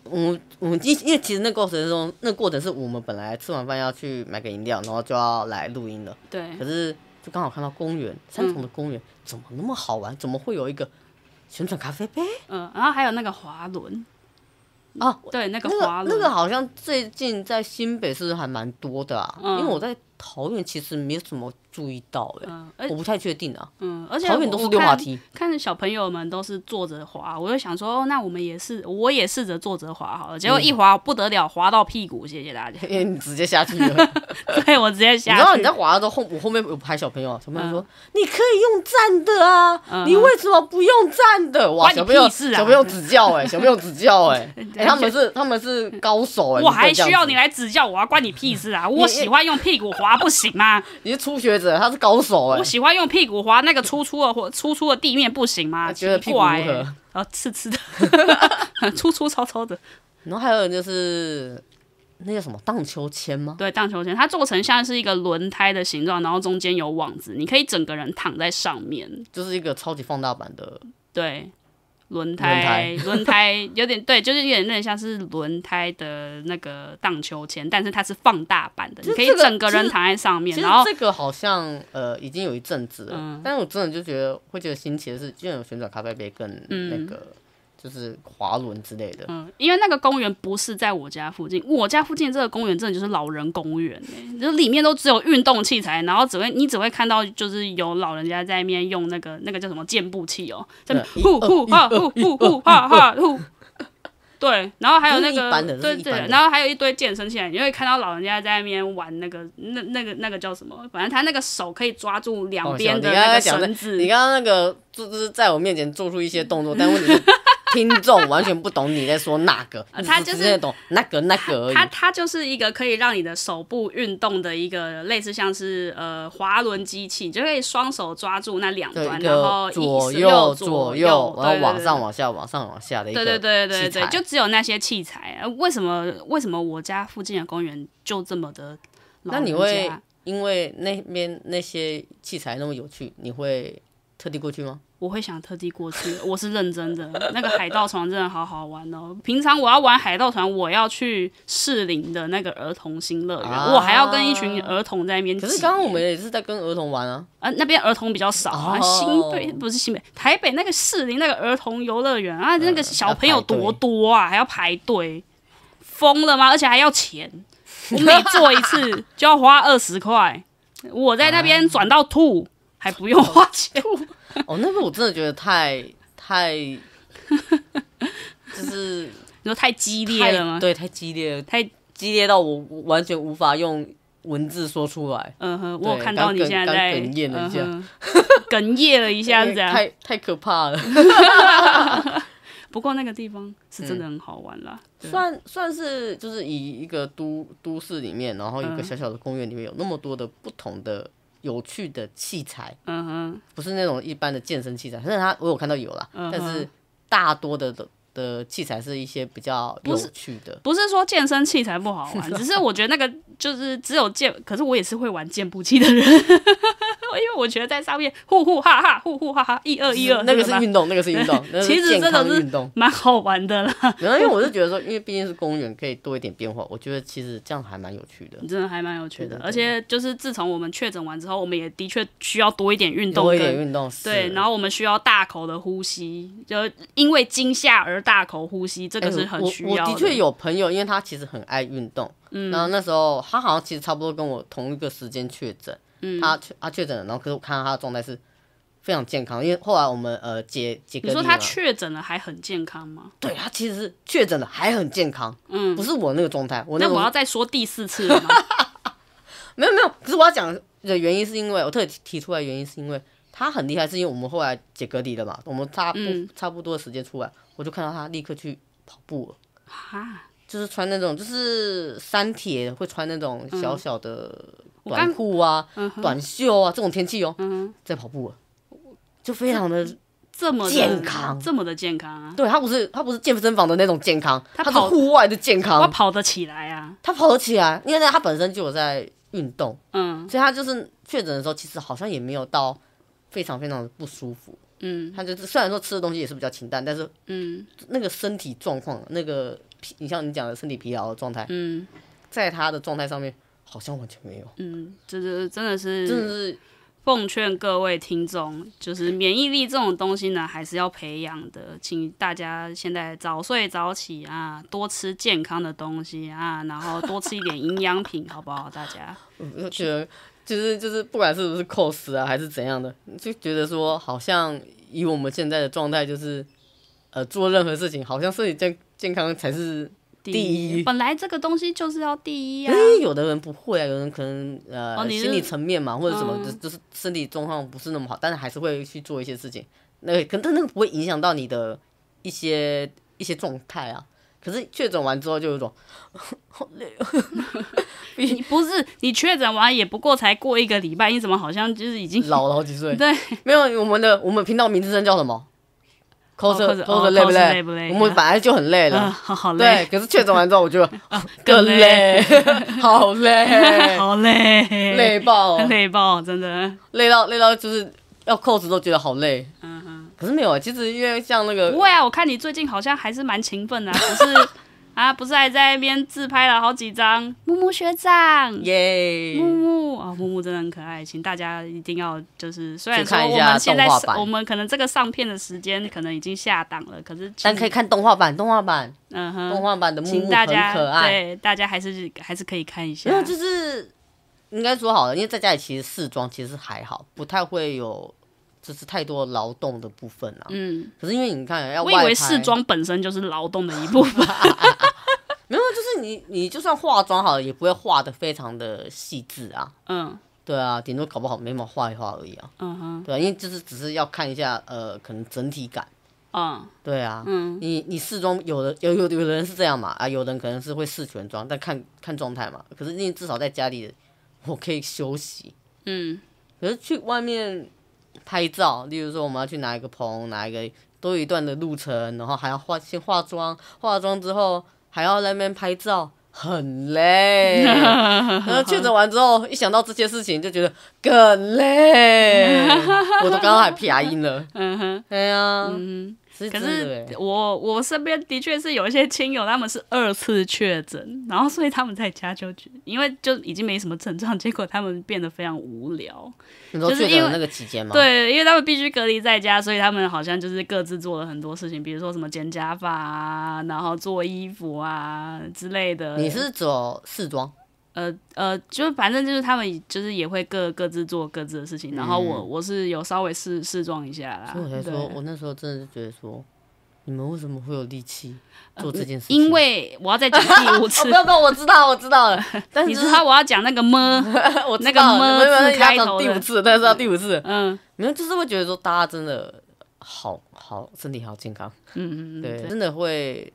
Speaker 2: 我们我们因因为其实那过程中，那过程是我们本来吃完饭要去买个饮料，然后就要来录音了，
Speaker 1: 对
Speaker 2: 可是就刚好看到公园，三重的公园、怎么那么好玩？怎么会有一个旋转咖啡杯？
Speaker 1: 嗯，然后还有那个滑轮，
Speaker 2: 啊，
Speaker 1: 对那
Speaker 2: 那
Speaker 1: 个
Speaker 2: 个
Speaker 1: 滑轮，
Speaker 2: 那个好像最近在新北市还蛮多的啊，
Speaker 1: 嗯
Speaker 2: 因为我在桃园其实没怎么注意到、欸，
Speaker 1: 嗯，而
Speaker 2: 我不太确定啊，
Speaker 1: 嗯，而且
Speaker 2: 桃园都
Speaker 1: 我
Speaker 2: 是
Speaker 1: 我
Speaker 2: 溜
Speaker 1: 看 [laughs]
Speaker 2: 滑梯。
Speaker 1: 看小朋友们都是坐着滑，我就想说，哦那我们也是，我也试着坐着滑好了。结果
Speaker 2: 嗯
Speaker 1: 一滑不得了，滑到屁股，谢谢大家。
Speaker 2: 因为哎你直接下
Speaker 1: [laughs]
Speaker 2: 去了，
Speaker 1: 对我直接
Speaker 2: 你知道
Speaker 1: 下
Speaker 2: 你
Speaker 1: 去
Speaker 2: 在。滑的时候，后我后面有拍小朋友，啊小朋友说、你可以用站的啊，
Speaker 1: 嗯
Speaker 2: 你为什么不用站的？哇，
Speaker 1: 关你
Speaker 2: 小朋友、
Speaker 1: 屁事啊
Speaker 2: 小朋友指教
Speaker 1: [laughs]
Speaker 2: 哎、小朋友指教哎、欸
Speaker 1: 对
Speaker 2: 他们是他们是高手哎、
Speaker 1: 我还需要
Speaker 2: 你
Speaker 1: 你来指教我啊，关你屁事啊！我喜欢用屁股滑，不行吗？
Speaker 2: 不能这样子，你是初学者，他是高手哎、
Speaker 1: 我喜欢用屁股滑那个粗粗的或粗粗的地面，不行吗？
Speaker 2: 那觉得
Speaker 1: 奇
Speaker 2: 屁股
Speaker 1: 怪
Speaker 2: 如何
Speaker 1: 欸，呃，刺刺的， [laughs] 粗粗糙糙的。
Speaker 2: 然后还有人就是那叫什么荡秋千吗？
Speaker 1: 对，荡秋千，它做成像是一个轮胎的形状，然后中间有网子，你可以整个人躺在上面。
Speaker 2: 就是一个超级放大版的
Speaker 1: 对，轮胎，轮胎有点对，就是有点那像是轮胎的那个荡秋千，但是它是放大版的，你
Speaker 2: 实
Speaker 1: 可以
Speaker 2: 这个
Speaker 1: 整个
Speaker 2: 其
Speaker 1: 人
Speaker 2: 实
Speaker 1: 躺在上面，
Speaker 2: 其实
Speaker 1: 然后嗯
Speaker 2: 这个好像呃已经有一阵子了，但是我真的就觉得会觉得新奇的是，居然有旋转咖啡杯跟那个、就是滑轮之类的。
Speaker 1: 嗯，因为那个公园不是在我家附近，我家附近这个公园真的就是老人公园、欸，就是里面都只有运动器材，然后只会你只会看到就是有老人家在那边用那个那个叫什么健步器哦、在那边
Speaker 2: 对哦
Speaker 1: 呼呼哈呼呼呼哈哈呼。对，然后还有那
Speaker 2: [laughs] 这是
Speaker 1: 个
Speaker 2: 一般的
Speaker 1: 对
Speaker 2: 这是一
Speaker 1: 对
Speaker 2: 般的，
Speaker 1: 然后还有一堆健身器材，你会看到老人家在那边玩那个那那个那个叫什么，反正他那个手可以抓住两
Speaker 2: 好
Speaker 1: 边
Speaker 2: 笑
Speaker 1: 的
Speaker 2: 哦你刚
Speaker 1: 那
Speaker 2: 刚
Speaker 1: 个
Speaker 2: 讲的
Speaker 1: 绳子，
Speaker 2: 你刚刚那个就是在我面前做出一些动作，但问
Speaker 1: [laughs]
Speaker 2: 题是听众完全不懂你在说哪个，
Speaker 1: 呃他
Speaker 2: 你只
Speaker 1: 就是
Speaker 2: 只是懂那个那个而
Speaker 1: 它
Speaker 2: 已。
Speaker 1: 它就是一个可以让你的手部运动的一个类似像是呃滑轮机器，你就可以双手抓住那两
Speaker 2: 对
Speaker 1: 端，
Speaker 2: 一
Speaker 1: 然后
Speaker 2: 个
Speaker 1: 一
Speaker 2: 左
Speaker 1: 使右
Speaker 2: 左
Speaker 1: 右
Speaker 2: 右，，然后
Speaker 1: 对
Speaker 2: 往上。往下往上往下的一个
Speaker 1: 对对对对对
Speaker 2: 器
Speaker 1: 对
Speaker 2: 材
Speaker 1: 对，就只有那些器材。呃为什么为什么我家附近的公园就这么的老
Speaker 2: 那
Speaker 1: 人
Speaker 2: 你
Speaker 1: 家？
Speaker 2: 会因为那边那些器材那么有趣，你会特地过去吗？
Speaker 1: 我会想特地过去，我是认真的。那个海盗船真的好好玩哦！平常我要玩海盗船，我要去士林的那个儿童新乐园，
Speaker 2: 啊
Speaker 1: 我还要跟一群儿童在那边挤。
Speaker 2: 可是刚刚我们也是在跟儿童
Speaker 1: [laughs]
Speaker 2: 玩啊，
Speaker 1: 呃，那边儿童比较少啊，新
Speaker 2: 哦
Speaker 1: 北不是新北，台北那个士林那个儿童游乐园
Speaker 2: 呃
Speaker 1: 啊，那个小朋友多多啊，还要排队，疯了吗？而且还要钱，我每做一次就要花二十块，我在那边转到吐，还不用花钱，
Speaker 2: 哦，那个我真的觉得太太，就是
Speaker 1: 你说太激烈
Speaker 2: 太
Speaker 1: 了吗？
Speaker 2: 对，太激烈了，
Speaker 1: 太，
Speaker 2: 激烈到我完全无法用文字说出来，
Speaker 1: 嗯哼，我有
Speaker 2: 对
Speaker 1: 看到
Speaker 2: 刚
Speaker 1: 你
Speaker 2: 哽
Speaker 1: 现在
Speaker 2: 刚
Speaker 1: 在
Speaker 2: 哽咽了一下
Speaker 1: 嗯哼
Speaker 2: [laughs]
Speaker 1: 哽咽了一下
Speaker 2: 因
Speaker 1: 是
Speaker 2: 为
Speaker 1: 这样。啊
Speaker 2: 太太可怕了。
Speaker 1: 不过那个地方是
Speaker 2: 嗯
Speaker 1: 真的很好玩啦， [laughs] 对
Speaker 2: 算算是就是以一个都都市里面，然后一个
Speaker 1: 嗯
Speaker 2: 小小的公园里面有那么多的不同的有趣的器材，
Speaker 1: 嗯哼，
Speaker 2: 不是那种一般的健身器材，但是它我有看到有啦，
Speaker 1: 嗯哼
Speaker 2: 但是大多的都的器材是一些比较有趣的，
Speaker 1: 不是说健身器材不好 [laughs] 玩，只是我觉得那个就是只有健，可是我也是会玩健步器的人，因 [laughs] 为我觉得在上面呼呼哈哈，呼呼哈哈，一二一二，
Speaker 2: 那个
Speaker 1: 嗯是
Speaker 2: 是运动，那个是运动，那个
Speaker 1: 其实
Speaker 2: 健
Speaker 1: 真
Speaker 2: 康
Speaker 1: 的
Speaker 2: 运动
Speaker 1: 是。蛮好玩的啦，
Speaker 2: 然后，因为我是觉得说，因为毕竟是公园，可以多一点变化。我觉得其实这样还蛮有趣的，
Speaker 1: [laughs] 真的还蛮有趣的
Speaker 2: 对。对
Speaker 1: 而且就是自从我们确诊完之后，我们也的确需要多一点运动
Speaker 2: 多一点
Speaker 1: 跟。
Speaker 2: 运动是。
Speaker 1: 对，然后我们需要大口的呼吸，就因为惊吓而大口呼吸，这
Speaker 2: 哎
Speaker 1: 个是很
Speaker 2: 我
Speaker 1: 需
Speaker 2: 我
Speaker 1: 要嗯
Speaker 2: 的确有朋友，因为他其实很爱运动，然后那时候他好像其实差不多跟我同一个时间确诊，
Speaker 1: 嗯
Speaker 2: 他确他确诊了，然后可是我看到他的状态是非常健康，因为后来我们呃解解隔
Speaker 1: 你
Speaker 2: 离
Speaker 1: 说他
Speaker 2: 嘛
Speaker 1: 确诊了还很健康吗？
Speaker 2: 对他其实是确诊了还很健康，嗯，不是我那个状态，我那
Speaker 1: 那
Speaker 2: 个
Speaker 1: 我要再说第四次了吗？ [laughs]
Speaker 2: 没有没有，可是我要讲的原因是因为我特地提出来，原因是因为他很厉害，是因为我们后来解隔离了嘛，我们差不、
Speaker 1: 嗯
Speaker 2: 差不多的时间出来，我就看到他立刻去跑步了，
Speaker 1: 哈，
Speaker 2: 就是穿那种就是三铁会穿那种小小的
Speaker 1: 我
Speaker 2: 短
Speaker 1: 刚
Speaker 2: 裤啊、
Speaker 1: 嗯
Speaker 2: 短袖啊这种天气哦，在跑步了，就非常的
Speaker 1: 这么的
Speaker 2: 健康
Speaker 1: 这么的健康啊，
Speaker 2: 对他不是他不是健身房的那种健康，
Speaker 1: 他
Speaker 2: 他是
Speaker 1: 跑
Speaker 2: 户外的健
Speaker 1: 我
Speaker 2: 康，
Speaker 1: 跑得起来啊，
Speaker 2: 他跑得起来，因为他本身就有在运动。
Speaker 1: 嗯
Speaker 2: 所以他就是确诊的时候，其实好像也没有到非常非常的不舒服。
Speaker 1: 嗯
Speaker 2: 他就是虽然说吃的东西也是比较清淡，但是
Speaker 1: 嗯
Speaker 2: 那个身体状况，那个疲，你像你讲的身体疲劳的状态，
Speaker 1: 嗯
Speaker 2: 在他的状态上面好像完全没有，
Speaker 1: 嗯，这这真的
Speaker 2: 真
Speaker 1: 是
Speaker 2: 的是
Speaker 1: 奉劝各位听众，就是免疫力这种东西呢，还是要培养的，请大家现在早睡早起啊，多吃健康的东西啊，然后多吃一点营养品，好不好？大
Speaker 2: [laughs]
Speaker 1: 家
Speaker 2: 我就觉得就是就是不管是不是 cos 啊还是怎样的，你就觉得说好像以我们现在的状态，就是呃做任何事情，好像身体健健康才是第一
Speaker 1: 本来这个东西就是要第一
Speaker 2: 因 [laughs]
Speaker 1: 啊，
Speaker 2: 为哎有的人不会啊，有人可能呃、
Speaker 1: 哦你是哦
Speaker 2: 心理层面嘛，或者什么，就就是身体状况不是那么好，但是还是会去做一些事情。那可能那个不会影响到你的一些一些状态啊。可是确诊完之后就有一种，
Speaker 1: 你不是你确诊完也不过才过一个礼拜，你怎么好像就是已经
Speaker 2: 老了好几岁。
Speaker 1: [laughs] 对，
Speaker 2: 没有我们的我们频道名称叫什么？cos
Speaker 1: 哦，cos- 哦
Speaker 2: cos 累不
Speaker 1: cos 累不累
Speaker 2: 我们本来就很累
Speaker 1: [laughs] 啊，
Speaker 2: 了，
Speaker 1: 好好
Speaker 2: 对
Speaker 1: 累，。啊
Speaker 2: 可是确诊完之后，我就
Speaker 1: 更
Speaker 2: 累， [laughs] 好累，
Speaker 1: [laughs] 好累，
Speaker 2: 累爆了，
Speaker 1: 累爆，真的。
Speaker 2: 累到累到就是要扣子都觉得好累。嗯哼。可是没有啊，其实因为像那
Speaker 1: 不
Speaker 2: 个，
Speaker 1: 会啊，我看你最近好像还是蛮勤奋的、
Speaker 2: [laughs]
Speaker 1: 啊，只是啊，不是还在那边自拍了好几张。木木学长，
Speaker 2: 耶，
Speaker 1: 木木啊、哦木木真的很可爱，请大家一定要就是，虽然
Speaker 2: 去
Speaker 1: 说
Speaker 2: 看一
Speaker 1: 我
Speaker 2: 下
Speaker 1: 们现在
Speaker 2: 动画版
Speaker 1: 我们可能这个上片的时间可能已经下档了，可是其实
Speaker 2: 但可以看动画版，动画版，
Speaker 1: 嗯
Speaker 2: 动
Speaker 1: 哼，
Speaker 2: 画版的木
Speaker 1: 请
Speaker 2: 木
Speaker 1: 大
Speaker 2: 很
Speaker 1: 家
Speaker 2: 可爱。
Speaker 1: 对大家还是还是可以看一下
Speaker 2: 没。有，就是应该说好了，因为在家里其实试妆其实还好，不太会有就是太多劳动的部分啊。
Speaker 1: 嗯，
Speaker 2: 可是因为你看要
Speaker 1: 我
Speaker 2: 外
Speaker 1: 以为
Speaker 2: 拍
Speaker 1: 试，妆本身就是劳动的一部分。
Speaker 2: 没有，啊就是你你就算化妆好了，也不会化的非常的细致啊。
Speaker 1: 嗯
Speaker 2: 对啊，顶多搞不好眉毛画一画而已啊。
Speaker 1: 嗯哼
Speaker 2: 对啊，因为就是只是要看一下呃，可能整体感。
Speaker 1: 嗯
Speaker 2: 对啊，
Speaker 1: 嗯
Speaker 2: 你你试妆有的有有有的人是这样嘛啊，有的人可能是会试全妆，但看看状态嘛。可是你至少在家里，我可以休息。
Speaker 1: 嗯
Speaker 2: 可是去外面拍照，例如说我们要去哪一个棚，哪一个都有一段的路程，然后还要化先化妆，化妆之后还要在那边拍照，很累。
Speaker 1: [laughs]
Speaker 2: 然后确诊完之后，一想到这些事情就觉得更
Speaker 1: [laughs]
Speaker 2: 累。我都刚刚还撇音了。
Speaker 1: 嗯哼。
Speaker 2: 对呀、啊，
Speaker 1: 嗯，
Speaker 2: 是
Speaker 1: 可
Speaker 2: 真的欸
Speaker 1: 是我我身边的确是有一些亲友，他们是二次确诊，然后所以他们在家就觉因为就已经没什么症状，结果他们变得非常无聊。
Speaker 2: 欸你说
Speaker 1: 就是因
Speaker 2: 确诊的
Speaker 1: 为
Speaker 2: 那个期间吗？
Speaker 1: 对，因为他们必须隔离在家，所以他们好像就是各自做了很多事情，比如说什么剪假发啊，然后做衣服啊之类的。
Speaker 2: 你是走试妆，
Speaker 1: 呃呃，就反正就是他们就是也会各各自做各自的事情，然后我、我是有稍微试试妆一下啦。
Speaker 2: 嗯所以
Speaker 1: 啊
Speaker 2: 我才
Speaker 1: 对
Speaker 2: 说，我那时候真的是觉得说，你们为什么会有力气做这件事情？
Speaker 1: 呃因为我要再讲第
Speaker 2: [laughs]
Speaker 1: 五
Speaker 2: 哦，
Speaker 1: 次
Speaker 2: 不。要不要，我知道我知
Speaker 1: [laughs]
Speaker 2: 道了，但是
Speaker 1: 你
Speaker 2: 就
Speaker 1: 知
Speaker 2: 是
Speaker 1: 道我要讲那个么？
Speaker 2: 我知
Speaker 1: 那个
Speaker 2: 道
Speaker 1: 么
Speaker 2: 没有没有
Speaker 1: 字
Speaker 2: 要
Speaker 1: 开
Speaker 2: 讲
Speaker 1: 头
Speaker 2: 第
Speaker 1: 的
Speaker 2: 五次，但是到第五次，
Speaker 1: 嗯
Speaker 2: 没有就是会觉得说大家真的好好身体好健康，
Speaker 1: 嗯嗯，
Speaker 2: 对，
Speaker 1: 对，
Speaker 2: 真的会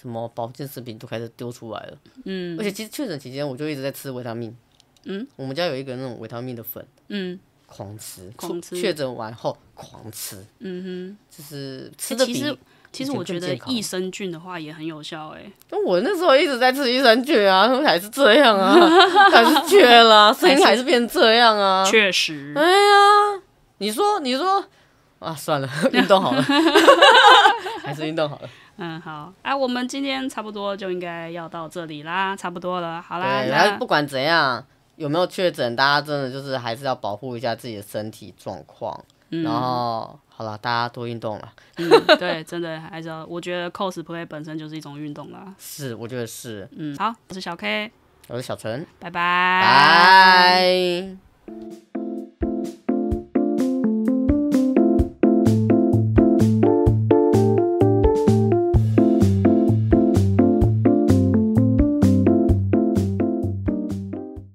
Speaker 2: 什么保健食品都开始丢出来了，
Speaker 1: 嗯
Speaker 2: 而且其实确诊期间我就一直在吃维他命，
Speaker 1: 嗯，
Speaker 2: 我们家有一个那种维他命的粉，
Speaker 1: 嗯
Speaker 2: 狂吃，
Speaker 1: 狂吃
Speaker 2: 确确诊完后狂吃，
Speaker 1: 嗯
Speaker 2: 就是吃
Speaker 1: 哼，
Speaker 2: 的
Speaker 1: 哎其
Speaker 2: 比
Speaker 1: 实其实我觉得
Speaker 2: 健康
Speaker 1: 益生菌的话也很有效、欸，哎，
Speaker 2: 那我那时候一直在吃益生菌啊，他们还是这样
Speaker 1: [laughs]
Speaker 2: 啊，还是缺了啊，声音还是变这样啊。
Speaker 1: 确实，
Speaker 2: 哎呀，你说你说啊，算了，运动好了， [laughs] 还是运动好了。
Speaker 1: 嗯，好，哎、我们今天差不多就应该要到这里啦，差不多了，好啦，
Speaker 2: 对，然后
Speaker 1: 那
Speaker 2: 不管怎样，有没有确诊，大家真的就是还是要保护一下自己的身体状况。然后好了，大家多运动了。
Speaker 1: 嗯，对，真的还是要，我觉得 cosplay 本身就是一种运动啦，
Speaker 2: 是，我觉得是。
Speaker 1: 嗯，好，我是小 K，
Speaker 2: 我是小陈，
Speaker 1: 拜拜，。
Speaker 2: 拜。